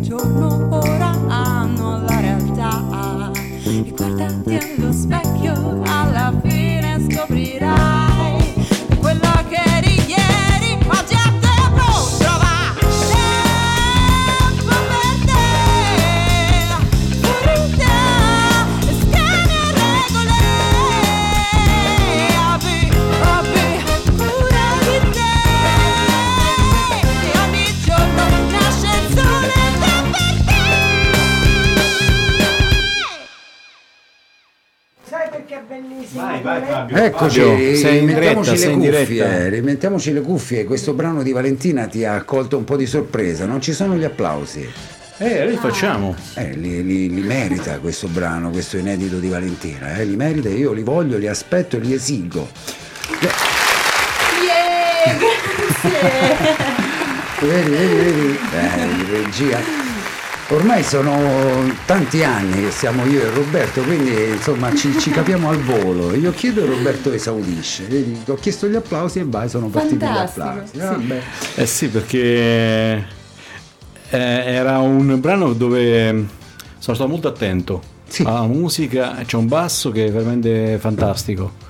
S7: giorno ora hanno la realtà e guardati allo specchio alla fine scoprirai che quella che eri ieri oggi a te può trova tempo per te fuori te strane regole abbi abbi cura di te che ogni giorno nasce il sole da per te
S6: Sai perché è bellissimo?
S4: Eccoci,
S8: Fabio, sei in
S4: rimettiamoci
S8: diretta, sei in
S4: le
S8: diretta.
S4: cuffie, rimettiamoci le cuffie, questo brano di Valentina ti ha colto un po' di sorpresa, non ci sono gli applausi.
S8: Eh, li facciamo.
S4: Eh, li, li- li merita questo brano, questo inedito di Valentina, eh, li merita, io li voglio, li aspetto e li esigo.
S5: Yeah, grazie.
S4: Vedi, vedi, vedi, eh, regia. Ormai sono tanti anni che siamo io e Roberto, quindi insomma ci, ci capiamo al volo. Io chiedo e Roberto esaudisce. Vedi, ho chiesto gli applausi e vai, sono partiti
S5: Fantastico,
S4: gli applausi.
S5: sì.
S4: Vabbè.
S8: Eh sì, perché eh, era un brano dove mm, sono stato molto attento
S4: Sì.
S8: alla musica, c'è un basso che è veramente fantastico.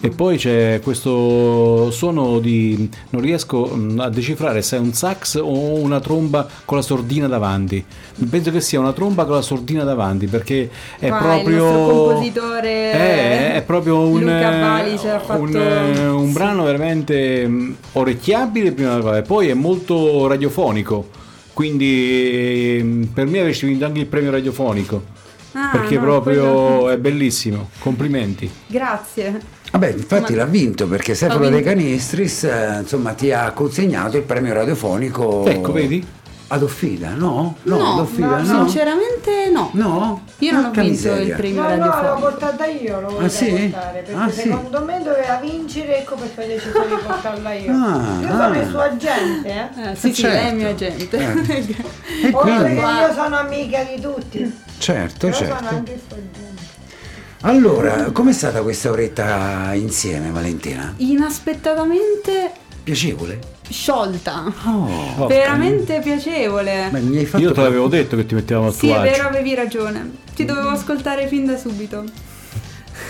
S8: E poi c'è questo suono di. non riesco mm, a decifrare se è un sax o una tromba con la sordina davanti. Penso che sia una tromba con la sordina davanti perché è
S5: Qua il
S8: proprio. Eh,
S5: nostro compositore,
S8: È, è proprio un.
S5: Luca Bali, ci ha
S8: un,
S5: fatto-
S8: eh, un
S5: sì.
S8: brano veramente mh, orecchiabile prima cosa e poi è molto radiofonico quindi mh, per me avessi vinto anche il premio radiofonico
S5: <laughs> Ah,
S8: perché
S5: no,
S8: proprio
S5: quello-
S8: è bellissimo complimenti
S5: Grazie.
S4: Vabbè, infatti
S5: Ma-
S4: l'ha vinto perché Stefano
S5: vinto.
S4: De Canistris eh, insomma, ti ha consegnato il premio radiofonico.
S8: Ecco, vedi?
S4: Ad Offida, no? No, ad Offida,
S5: no,
S4: no.
S5: sinceramente no.
S4: No?
S5: Io non ho
S4: Porca
S5: vinto il
S4: miseria.
S5: premio
S6: No, no, l'ho
S5: radiofonico.
S6: portata io,
S5: Ah,
S6: l'ho voluta
S4: sì?
S6: portare, perché
S4: Ah, sì.
S6: secondo me doveva vincere, ecco perché ho deciso di portarla io.
S4: Ah,
S6: io
S4: ah.
S6: sono il suo agente, eh.
S5: Eh, sì,
S4: Eh,
S5: sì,
S4: certo. Eh.
S5: lei è mio agente.
S4: E
S6: Oltre
S4: quindi,
S6: che
S5: Ma-
S6: io sono amica di tutti,
S4: certo,
S6: però
S4: certo.
S6: sono anche il suo agente.
S4: Allora, com'è stata questa oretta insieme, Valentina?
S5: <laughs> Inaspettatamente
S4: Piacevole?
S5: sciolta.
S4: Oh,
S5: Veramente piacevole.
S4: ma mi hai fatto...
S8: io te l'avevo detto che ti mettevamo a
S5: sì,
S8: tuo
S5: è vero,
S8: agio
S5: avevi ragione. Ti dovevo ascoltare fin da subito.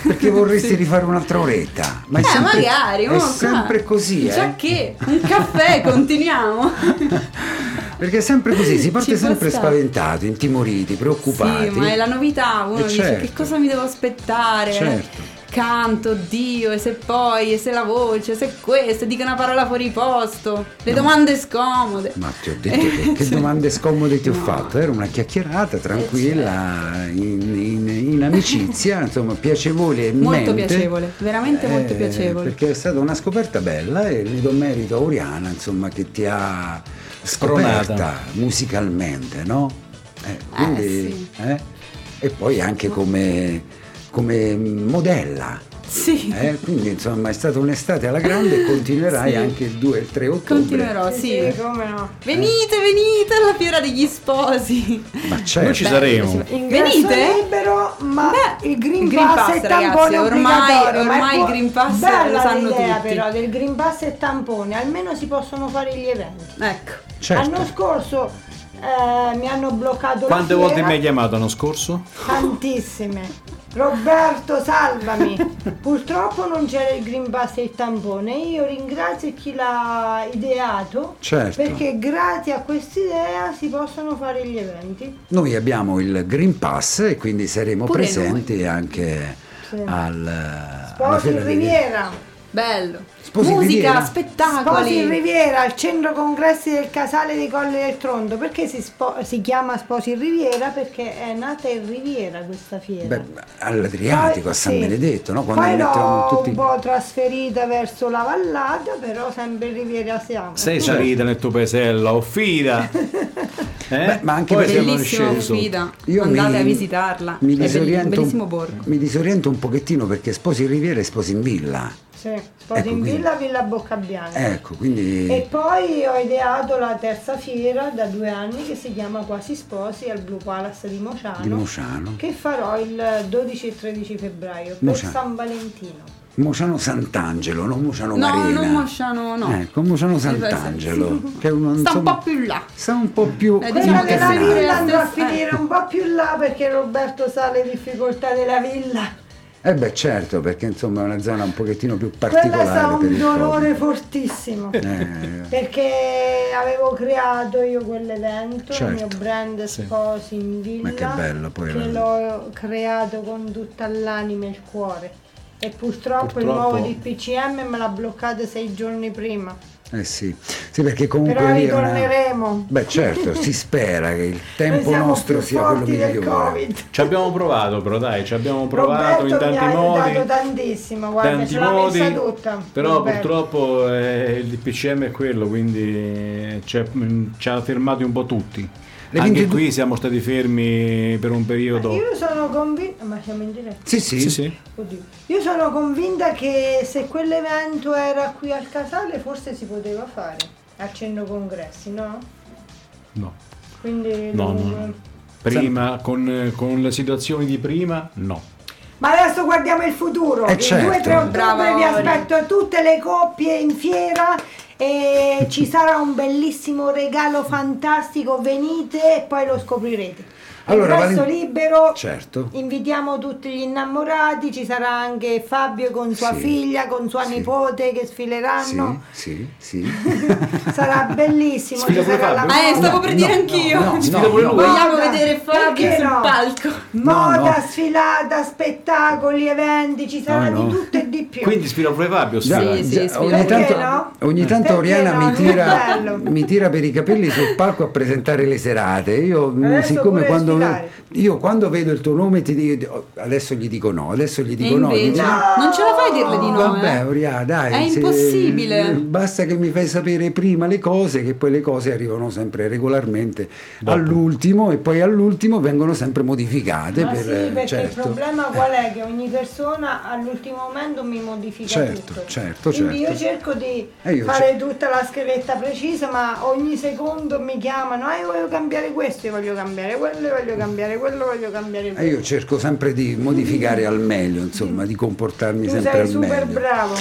S4: Perché
S8: <laughs>
S4: vorresti rifare un'altra oretta? Ma è
S5: eh,
S4: sempre-
S5: magari.
S4: È
S5: oh,
S4: sempre
S5: qua.
S4: così, eh?
S5: Già che,
S4: <laughs>
S5: un caffè, continuiamo.
S4: Perché è sempre così, si parte
S5: Ci può
S4: sempre
S5: stare.
S4: spaventati, intimoriti, preoccupati.
S5: Sì, ma è la novità, uno
S4: Eh,
S5: dice
S4: certo.
S5: che cosa mi devo aspettare?
S4: Certo.
S5: Canto, Dio, e se poi, e se la voce, e se questo, e dico una parola fuori posto, le domande scomode.
S4: Ma ti ho detto che,
S5: <laughs>
S4: che domande scomode ti ho fatto, era una chiacchierata tranquilla,
S5: Esatto.
S4: in, in- in
S5: <laughs>
S4: amicizia, insomma piacevole. Eh,
S5: Molto piacevole, veramente molto piacevole.
S4: Perché è stata una scoperta bella e ne do merito a Oriana, insomma, che ti ha
S8: Spronata.
S4: scoperta musicalmente, no? Eh, quindi,
S5: sì.
S4: eh? E poi anche come, come
S5: <laughs>
S4: modella.
S5: Sì,
S4: eh? Quindi insomma è stata un'estate alla grande e continuerai anche il 2 e il 3 ottobre.
S5: continuerò, sì.
S6: Sì, come no.
S5: Venite, venite alla fiera degli sposi.
S4: Ma
S8: noi
S4: certo.
S8: ci saremo
S6: Ingresso
S5: Venite?
S6: libero, ma
S5: Beh,
S6: il Green,
S5: Green
S6: Pass,
S5: Pass,
S6: è
S5: ragazzi,
S6: tampone
S5: ormai-
S6: obbligatorio, ma è
S5: ormai il
S6: buo-
S5: Green Pass
S6: bella
S5: lo sanno
S6: l'idea
S5: tutti.
S6: però del Green Pass e tampone, almeno si possono fare gli eventi.
S5: Ecco.
S4: certo.
S6: L'anno scorso eh, mi hanno bloccato
S8: quante
S6: la
S8: volte
S6: fiera,
S8: mi hai chiamato l'anno scorso?
S6: Tantissime. Roberto,
S4: <laughs>
S6: salvami. Purtroppo non c'era il Green Pass e il tampone. Io ringrazio chi l'ha ideato.
S4: Certo.
S6: Perché grazie a quest'idea si possono fare gli eventi.
S4: Noi abbiamo il Green Pass e quindi saremo
S5: Pure
S4: presenti anche
S6: Sì.
S4: al alla
S6: Sposi in
S4: Fiera dei-
S6: Riviera.
S5: Bello.
S4: Sposi in
S5: Musica,
S4: Riviera. Ah,
S5: spettacoli.
S6: Sposi in Riviera, al centro congressi del Casale dei Colle del Trondo. Perché si, spo- si chiama Sposi in Riviera? Perché è nata in Riviera questa fiera.
S4: Beh, all'Adriatico, a
S6: Poi-
S4: San
S6: sì.
S4: Benedetto, no? quando
S6: Poi
S4: li mettevamo
S6: l'ho
S4: tutti
S6: un po' trasferita verso la vallata, però sempre in Riviera siamo.
S8: sei salita nel tuo paesello o fida Eh?
S4: Beh, ma anche
S8: Poi
S4: perché-
S8: siamo
S5: Bellissima
S8: scesi.
S5: Ufida. Andate a visitarla.
S4: Mi
S5: È
S4: disoriento,
S5: bellissimo borgo.
S4: mi disoriento un pochettino perché sposi in Riviera e sposi in Villa.
S6: Sì, sposi
S4: Ecco,
S6: in
S4: quindi-
S6: villa, villa
S5: Eh.
S6: Boccabianca.
S4: Ecco, quindi
S6: E poi ho ideato la terza fiera da due anni che si chiama Quasi Sposi al Blue Palace di Mociano,
S4: di Mociano.
S6: che farò il 12 e 13 febbraio per
S4: Mociano.
S6: San Valentino.
S4: Mociano Sant'Angelo, non Mociano
S5: No,
S4: Marina.
S5: non Mosciano, no.
S4: Ecco, Mociano
S5: Sì, sì, sì.
S4: Sant'Angelo. Che è uno,
S5: Sta un
S4: insomma,
S5: po' più là.
S4: Sta un po' più...
S5: Eh,
S6: Quella
S5: Diciamo che
S6: della
S5: sì.
S6: villa
S5: Eh,
S6: andrà a
S5: sì.
S6: finire un po' più là perché Roberto sa le difficoltà della villa.
S4: Eh beh certo, perché insomma è una zona un pochettino più
S6: Quella è
S4: particolare
S6: stato
S4: per
S6: un
S4: il Covid.
S6: dolore fortissimo.
S4: Eh,
S6: Perché avevo creato io quell'evento, il mio
S4: Certo,
S6: brand Sposi in Villa.
S4: Ma che bello, poi
S6: Che
S4: era-
S6: l'ho creato con tutta l'anima e il cuore. E purtroppo, il
S8: Purtroppo-
S6: nuovo DPCM me l'ha bloccato sei giorni prima.
S4: eh sì. sì, perché comunque
S6: Però
S4: lì è una-
S6: ritorneremo.
S4: Beh certo, si spera che il
S6: Noi
S4: tempo
S6: siamo
S4: nostro
S6: più
S4: sia quello
S6: forti del
S4: migliore.
S6: Covid.
S8: Ci abbiamo provato, però dai, ci abbiamo provato
S6: Roberto
S8: in
S6: mi
S8: tanti
S6: ha
S8: modi.
S6: aiutato tantissimo, guarda,
S8: Tanti
S6: ce l'ha
S8: modi,
S6: messa tutta.
S8: però
S6: Roberto.
S8: purtroppo eh, il DPCM è quello, quindi ci ha- mh, ci ha fermati un po' tutti.
S4: Le
S8: Anche
S4: 22
S8: qui siamo stati fermi per un periodo.
S6: Io sono convinta, ma siamo in diretta.
S4: Sì, sì.
S8: Sì, sì.
S6: Oddio. Io sono convinta che se quell'evento era qui al Casale forse si poteva fare al Cenno Congressi, no?
S8: No.
S6: Quindi
S8: No,
S6: non-
S8: no, no. Prima, con, con le situazioni di prima, no.
S6: Ma adesso guardiamo il futuro.
S4: Eh,
S6: il
S4: certo.
S6: 2-3 ottobre
S5: Brava,
S6: vi
S5: Ori.
S6: aspetto tutte le coppie in fiera e ci sarà un bellissimo regalo fantastico. Venite e poi lo scoprirete.
S4: Allora,
S6: Ingresso
S4: Valen-
S6: libero.
S4: Certo.
S6: Invitiamo tutti gli innamorati, ci sarà anche Fabio con sua
S4: Sì.
S6: figlia, con sua
S4: Sì.
S6: nipote che sfileranno.
S4: Sì,
S6: <laughs>
S4: sì, sì.
S6: Sarà bellissimo,
S8: Sfida
S6: ci
S8: pure
S6: sarà la
S8: Fabio?
S5: Ah, eh, stavo
S4: No,
S5: per
S4: no,
S5: dire
S4: no,
S5: anch'io.
S4: no, no, no.
S5: Vogliamo
S6: Guarda,
S5: vedere Fabio
S6: perché
S5: sul
S6: no?
S5: palco.
S6: moda,
S4: no.
S6: sfilata, spettacoli, eventi, ci sarà
S4: No, no.
S6: di tutto e di più.
S8: Quindi sfida pure Fabio.
S4: Già,
S8: sfida.
S5: Sì, sì.
S4: già, ogni
S6: Perché
S4: tanto,
S6: no?
S4: ogni tanto
S6: Perché
S4: Oriana
S6: no?
S4: mi, tira,
S6: Bello.
S4: mi tira per i capelli sul palco a presentare le serate. Io, mh,
S6: Adesso
S4: siccome
S6: pure
S4: quando,
S6: sfilare.
S4: io quando vedo il tuo nome ti dico adesso gli dico no, adesso gli
S5: E
S4: dico no. gli dico
S5: invece,
S4: no.
S5: non ce la fai a dirle di no.
S4: Vabbè,
S5: eh?
S4: Oriana, dai.
S5: È impossibile.
S4: Basta che mi fai sapere prima le cose, che poi le cose arrivano sempre regolarmente all'ultimo e poi all'ultimo vengono sempre modificate.
S6: Ma
S4: per,
S6: sì, perché il
S4: certo.
S6: problema qual è? Che ogni persona all'ultimo momento mi modifica
S4: Certo,
S6: tutto.
S4: certo,
S6: Quindi
S4: certo.
S6: io cerco di
S4: E io
S6: fare tutta la scheletta precisa, ma ogni secondo mi chiamano, eh, io voglio cambiare questo, io voglio cambiare quello, io voglio cambiare quello, voglio cambiare
S4: E
S6: quello.
S4: Eh, io cerco sempre di modificare al meglio, insomma, di comportarmi
S6: tu
S4: sempre
S6: sei
S4: al
S6: super
S4: meglio.
S6: bravo.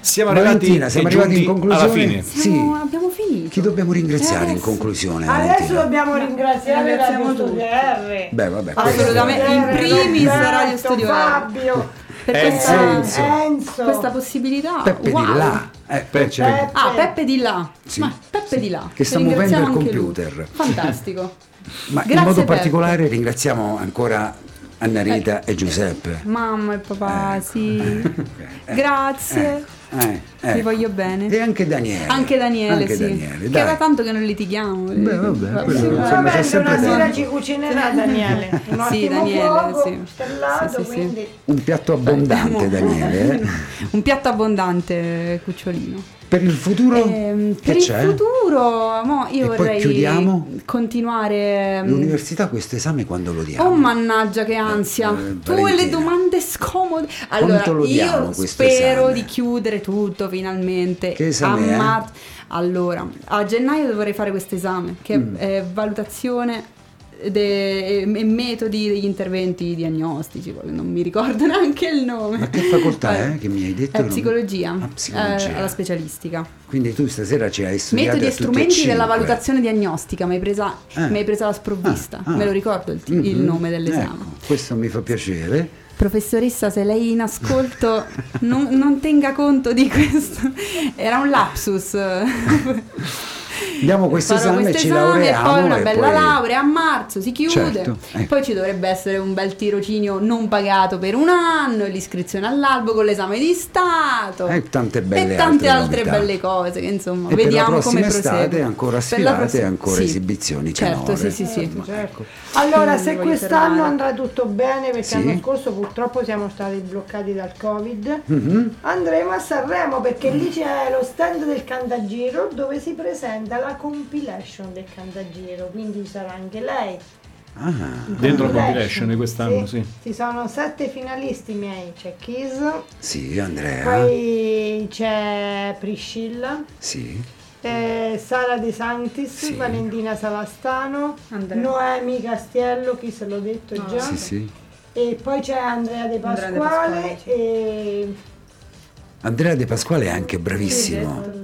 S8: Siamo
S4: Valentina,
S8: arrivati,
S4: siamo
S8: e
S4: arrivati in
S8: giunti
S4: conclusione.
S8: alla fine.
S5: Siamo-
S4: Sì.
S5: Abbiamo finito. Eh,
S4: Chi dobbiamo ringraziare in
S5: Adesso.
S4: conclusione?
S6: Adesso
S4: Valentina?
S6: dobbiamo ringraziare
S5: Ringraziamo
S6: Radio
S5: tutti.
S6: Studio R.
S4: Beh, vabbè,
S5: Assolutamente,
S4: questo-
S5: in primis Radio
S6: Roberto,
S5: Studio R.
S6: Fabio,
S5: Per
S8: Eh,
S5: questa, eh,
S4: Enzo.
S6: Enzo.
S5: questa possibilità.
S4: Peppe
S5: wow.
S4: di là. Eh,
S8: Peppe.
S4: certo.
S5: Ah, Peppe di là.
S4: Sì.
S5: Ma Peppe di là.
S4: Che sta
S5: Lo
S4: muovendo
S5: ringraziamo
S4: il
S5: anche lui.
S4: computer. <laughs>
S5: Fantastico.
S4: Ma in
S5: Grazie,
S4: modo
S5: Peppe. Eh,
S4: particolare ringraziamo ancora Anna Rita e Giuseppe.
S5: Mamma e
S4: <laughs>
S5: papà, sì.
S4: Eh,
S5: Grazie.
S4: Ecco. eh, eh.
S5: Vi voglio bene.
S4: E anche Daniele.
S5: Anche Daniele,
S4: Anche
S5: sì.
S4: Daniele,
S5: che
S4: dai.
S5: era tanto che non litighiamo. eh.
S4: Beh, vabbè, quello, insomma, c'è
S6: Sicuramente
S4: sempre
S6: una sera
S4: tempo.
S6: ci cucinerà Daniele. Un
S5: Sì,
S6: ottimo
S5: Daniele,
S6: fuoco
S5: sì.
S6: stellato,
S5: Sì, sì, sì.
S6: quindi
S4: Un piatto abbondante, Daniele.
S5: <laughs>
S4: eh.
S5: Un piatto abbondante, cucciolino.
S4: Per il futuro
S5: Ehm,
S4: che
S5: per il
S4: c'è?
S5: futuro, mo, io
S4: E poi
S5: vorrei
S4: chiudiamo?
S5: continuare. mm,
S4: L'università questo esame quando lo diamo?
S5: Oh mannaggia che ansia,
S4: Eh,
S5: tu e le
S4: Valentina.
S5: domande scomode.
S4: Quanto
S5: Allora,
S4: lo diamo
S5: io
S4: questo
S5: spero
S4: esame?
S5: di chiudere tutto finalmente.
S4: Che esame
S5: a
S4: è?
S5: Allora, a gennaio dovrei fare questo esame, che
S4: Mm.
S5: è valutazione de- e metodi degli interventi diagnostici, poi non mi ricordo <laughs> neanche il nome.
S4: Ma che facoltà
S5: Eh,
S4: è che mi hai detto?
S5: È
S4: Non-
S5: psicologia,
S4: Ah, psicologia.
S5: eh, alla specialistica.
S4: Quindi tu stasera ci hai studiato
S5: Metodi e strumenti della
S4: della
S5: valutazione diagnostica, mi hai presa,
S4: Eh.
S5: mi hai presa la sprovvista,
S4: Ah, ah.
S5: me lo ricordo il, il nome dell'esame.
S4: Mhm, Ecco, questo mi fa piacere.
S5: Professoressa, se lei
S4: <laughs>
S5: in ascolto non, non tenga conto di questo, era
S4: <laughs>
S5: un lapsus.
S4: Diamo questo
S5: Farò
S4: esame, ci
S5: esame,
S4: laureiamo.
S5: poi una
S4: e
S5: bella
S4: poi-
S5: laurea a marzo, si chiude.
S4: Certo, ecco.
S5: Poi ci dovrebbe essere un bel tirocinio non pagato per un anno, l'iscrizione all'albo con l'esame di Stato.
S4: E tante belle
S5: E tante
S4: altre
S5: altre
S4: novità.
S5: belle cose, che insomma,
S4: E per la
S5: vediamo come
S4: prossima estate
S5: prosegue.
S4: ancora
S5: Per la
S4: sfilate e
S5: prossima-
S4: ancora esibizioni
S5: Certo,
S4: canore.
S5: sì, sì, sì.
S6: Ecco. Allora,
S5: Non
S6: se
S5: mi Certo. voglio
S6: quest'anno
S5: fermare.
S6: andrà tutto bene, perché
S4: Sì.
S6: l'anno scorso purtroppo siamo stati bloccati dal Covid,
S5: Mm-hmm.
S6: andremo a Sanremo perché lì c'è lo stand del Cantagiro dove si presenta la compilation del Cantagiro, quindi ci sarà anche lei.
S4: Ah,
S8: Dentro la compilation di quest'anno, sì.
S6: Ci sono sette finalisti miei, c'è Kiss,
S4: sì,
S5: Eh.
S4: Andrea.
S6: poi c'è Priscilla,
S4: Sì.
S6: eh, Sara De Santis,
S4: Sì.
S6: Valentina Savastano,
S5: Andrea. Ah,
S6: Noemi Castiello, chi se l'ho detto già.
S4: Sì, sì.
S6: E poi c'è Andrea De
S5: Andrea De
S6: Pasquale,
S5: Pasquale, sì.
S6: e
S4: Andrea De Pasquale è anche bravissimo.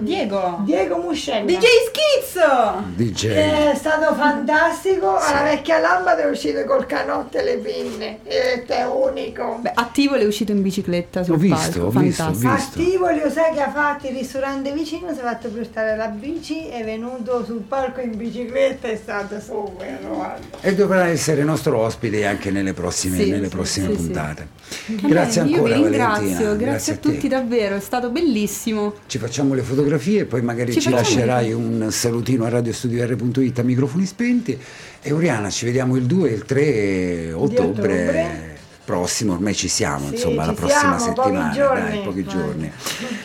S5: Diego!
S6: Diego Muscella.
S5: DJ Schizzo!
S4: DJ.
S6: È stato fantastico, alla vecchia lampada è uscito col canotte e le pinne, ed è unico.
S5: Beh, attivo le è uscito in bicicletta sul
S4: Ho visto,
S5: palco,
S4: ho visto, ho
S5: fantastico.
S4: visto.
S6: Attivo lo sai che ha fatto il ristorante vicino, si è fatto prestare la bici, è venuto sul palco in bicicletta, è stato super. guarda.
S4: E dovrà essere nostro ospite anche nelle prossime,
S5: Sì,
S4: nelle
S5: sì,
S4: prossime
S5: sì, sì.
S4: puntate.
S5: Eh,
S4: Grazie
S5: io
S4: ancora
S5: vi ringrazio,
S4: Valentina.
S5: grazie, a
S4: te.
S5: tutti davvero, è stato bellissimo.
S4: Ci facciamo le fotografie e poi magari ci,
S5: Ci facciamo-
S4: lascerai un salutino a radiostudio.it a microfoni spenti. E Oriana, ci vediamo il 2 e il 3 ottobre,
S6: ottobre.
S4: prossimo, ormai ci siamo,
S6: Sì,
S4: insomma,
S6: ci
S4: la prossima
S6: siamo, pochi
S4: settimana,
S6: giorni. Eh.
S4: dai, pochi
S6: Ma-
S4: giorni.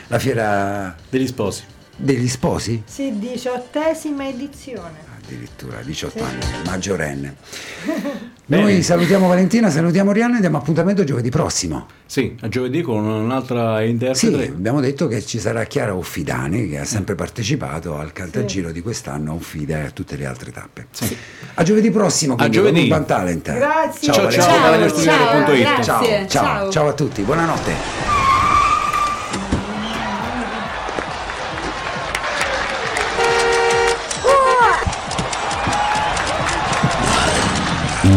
S4: La fiera
S8: Degli sposi.
S4: degli sposi?
S6: Sì, diciottesima edizione.
S4: Addirittura 18 anni,
S6: <laughs>
S4: maggiorenne. Noi salutiamo Valentina, salutiamo Oriana e diamo appuntamento giovedì prossimo.
S8: Sì, a giovedì con un'altra
S4: Sì,
S8: interprete.
S4: abbiamo detto che ci sarà Chiara Uffidani che ha sempre partecipato al Cantagiro di quest'anno, a Uffida e a tutte le altre tappe. A giovedì prossimo, quindi,
S8: giovedì.
S4: con Urban Talent. Ciao,
S6: Grazie.
S8: Ciao,
S4: Valentina.
S8: ciao,
S5: Ciao,
S8: radiostudio.it.
S5: ciao,
S4: Ciao,
S5: grazie,
S4: ciao,
S5: ciao.
S4: ciao a tutti, buonanotte.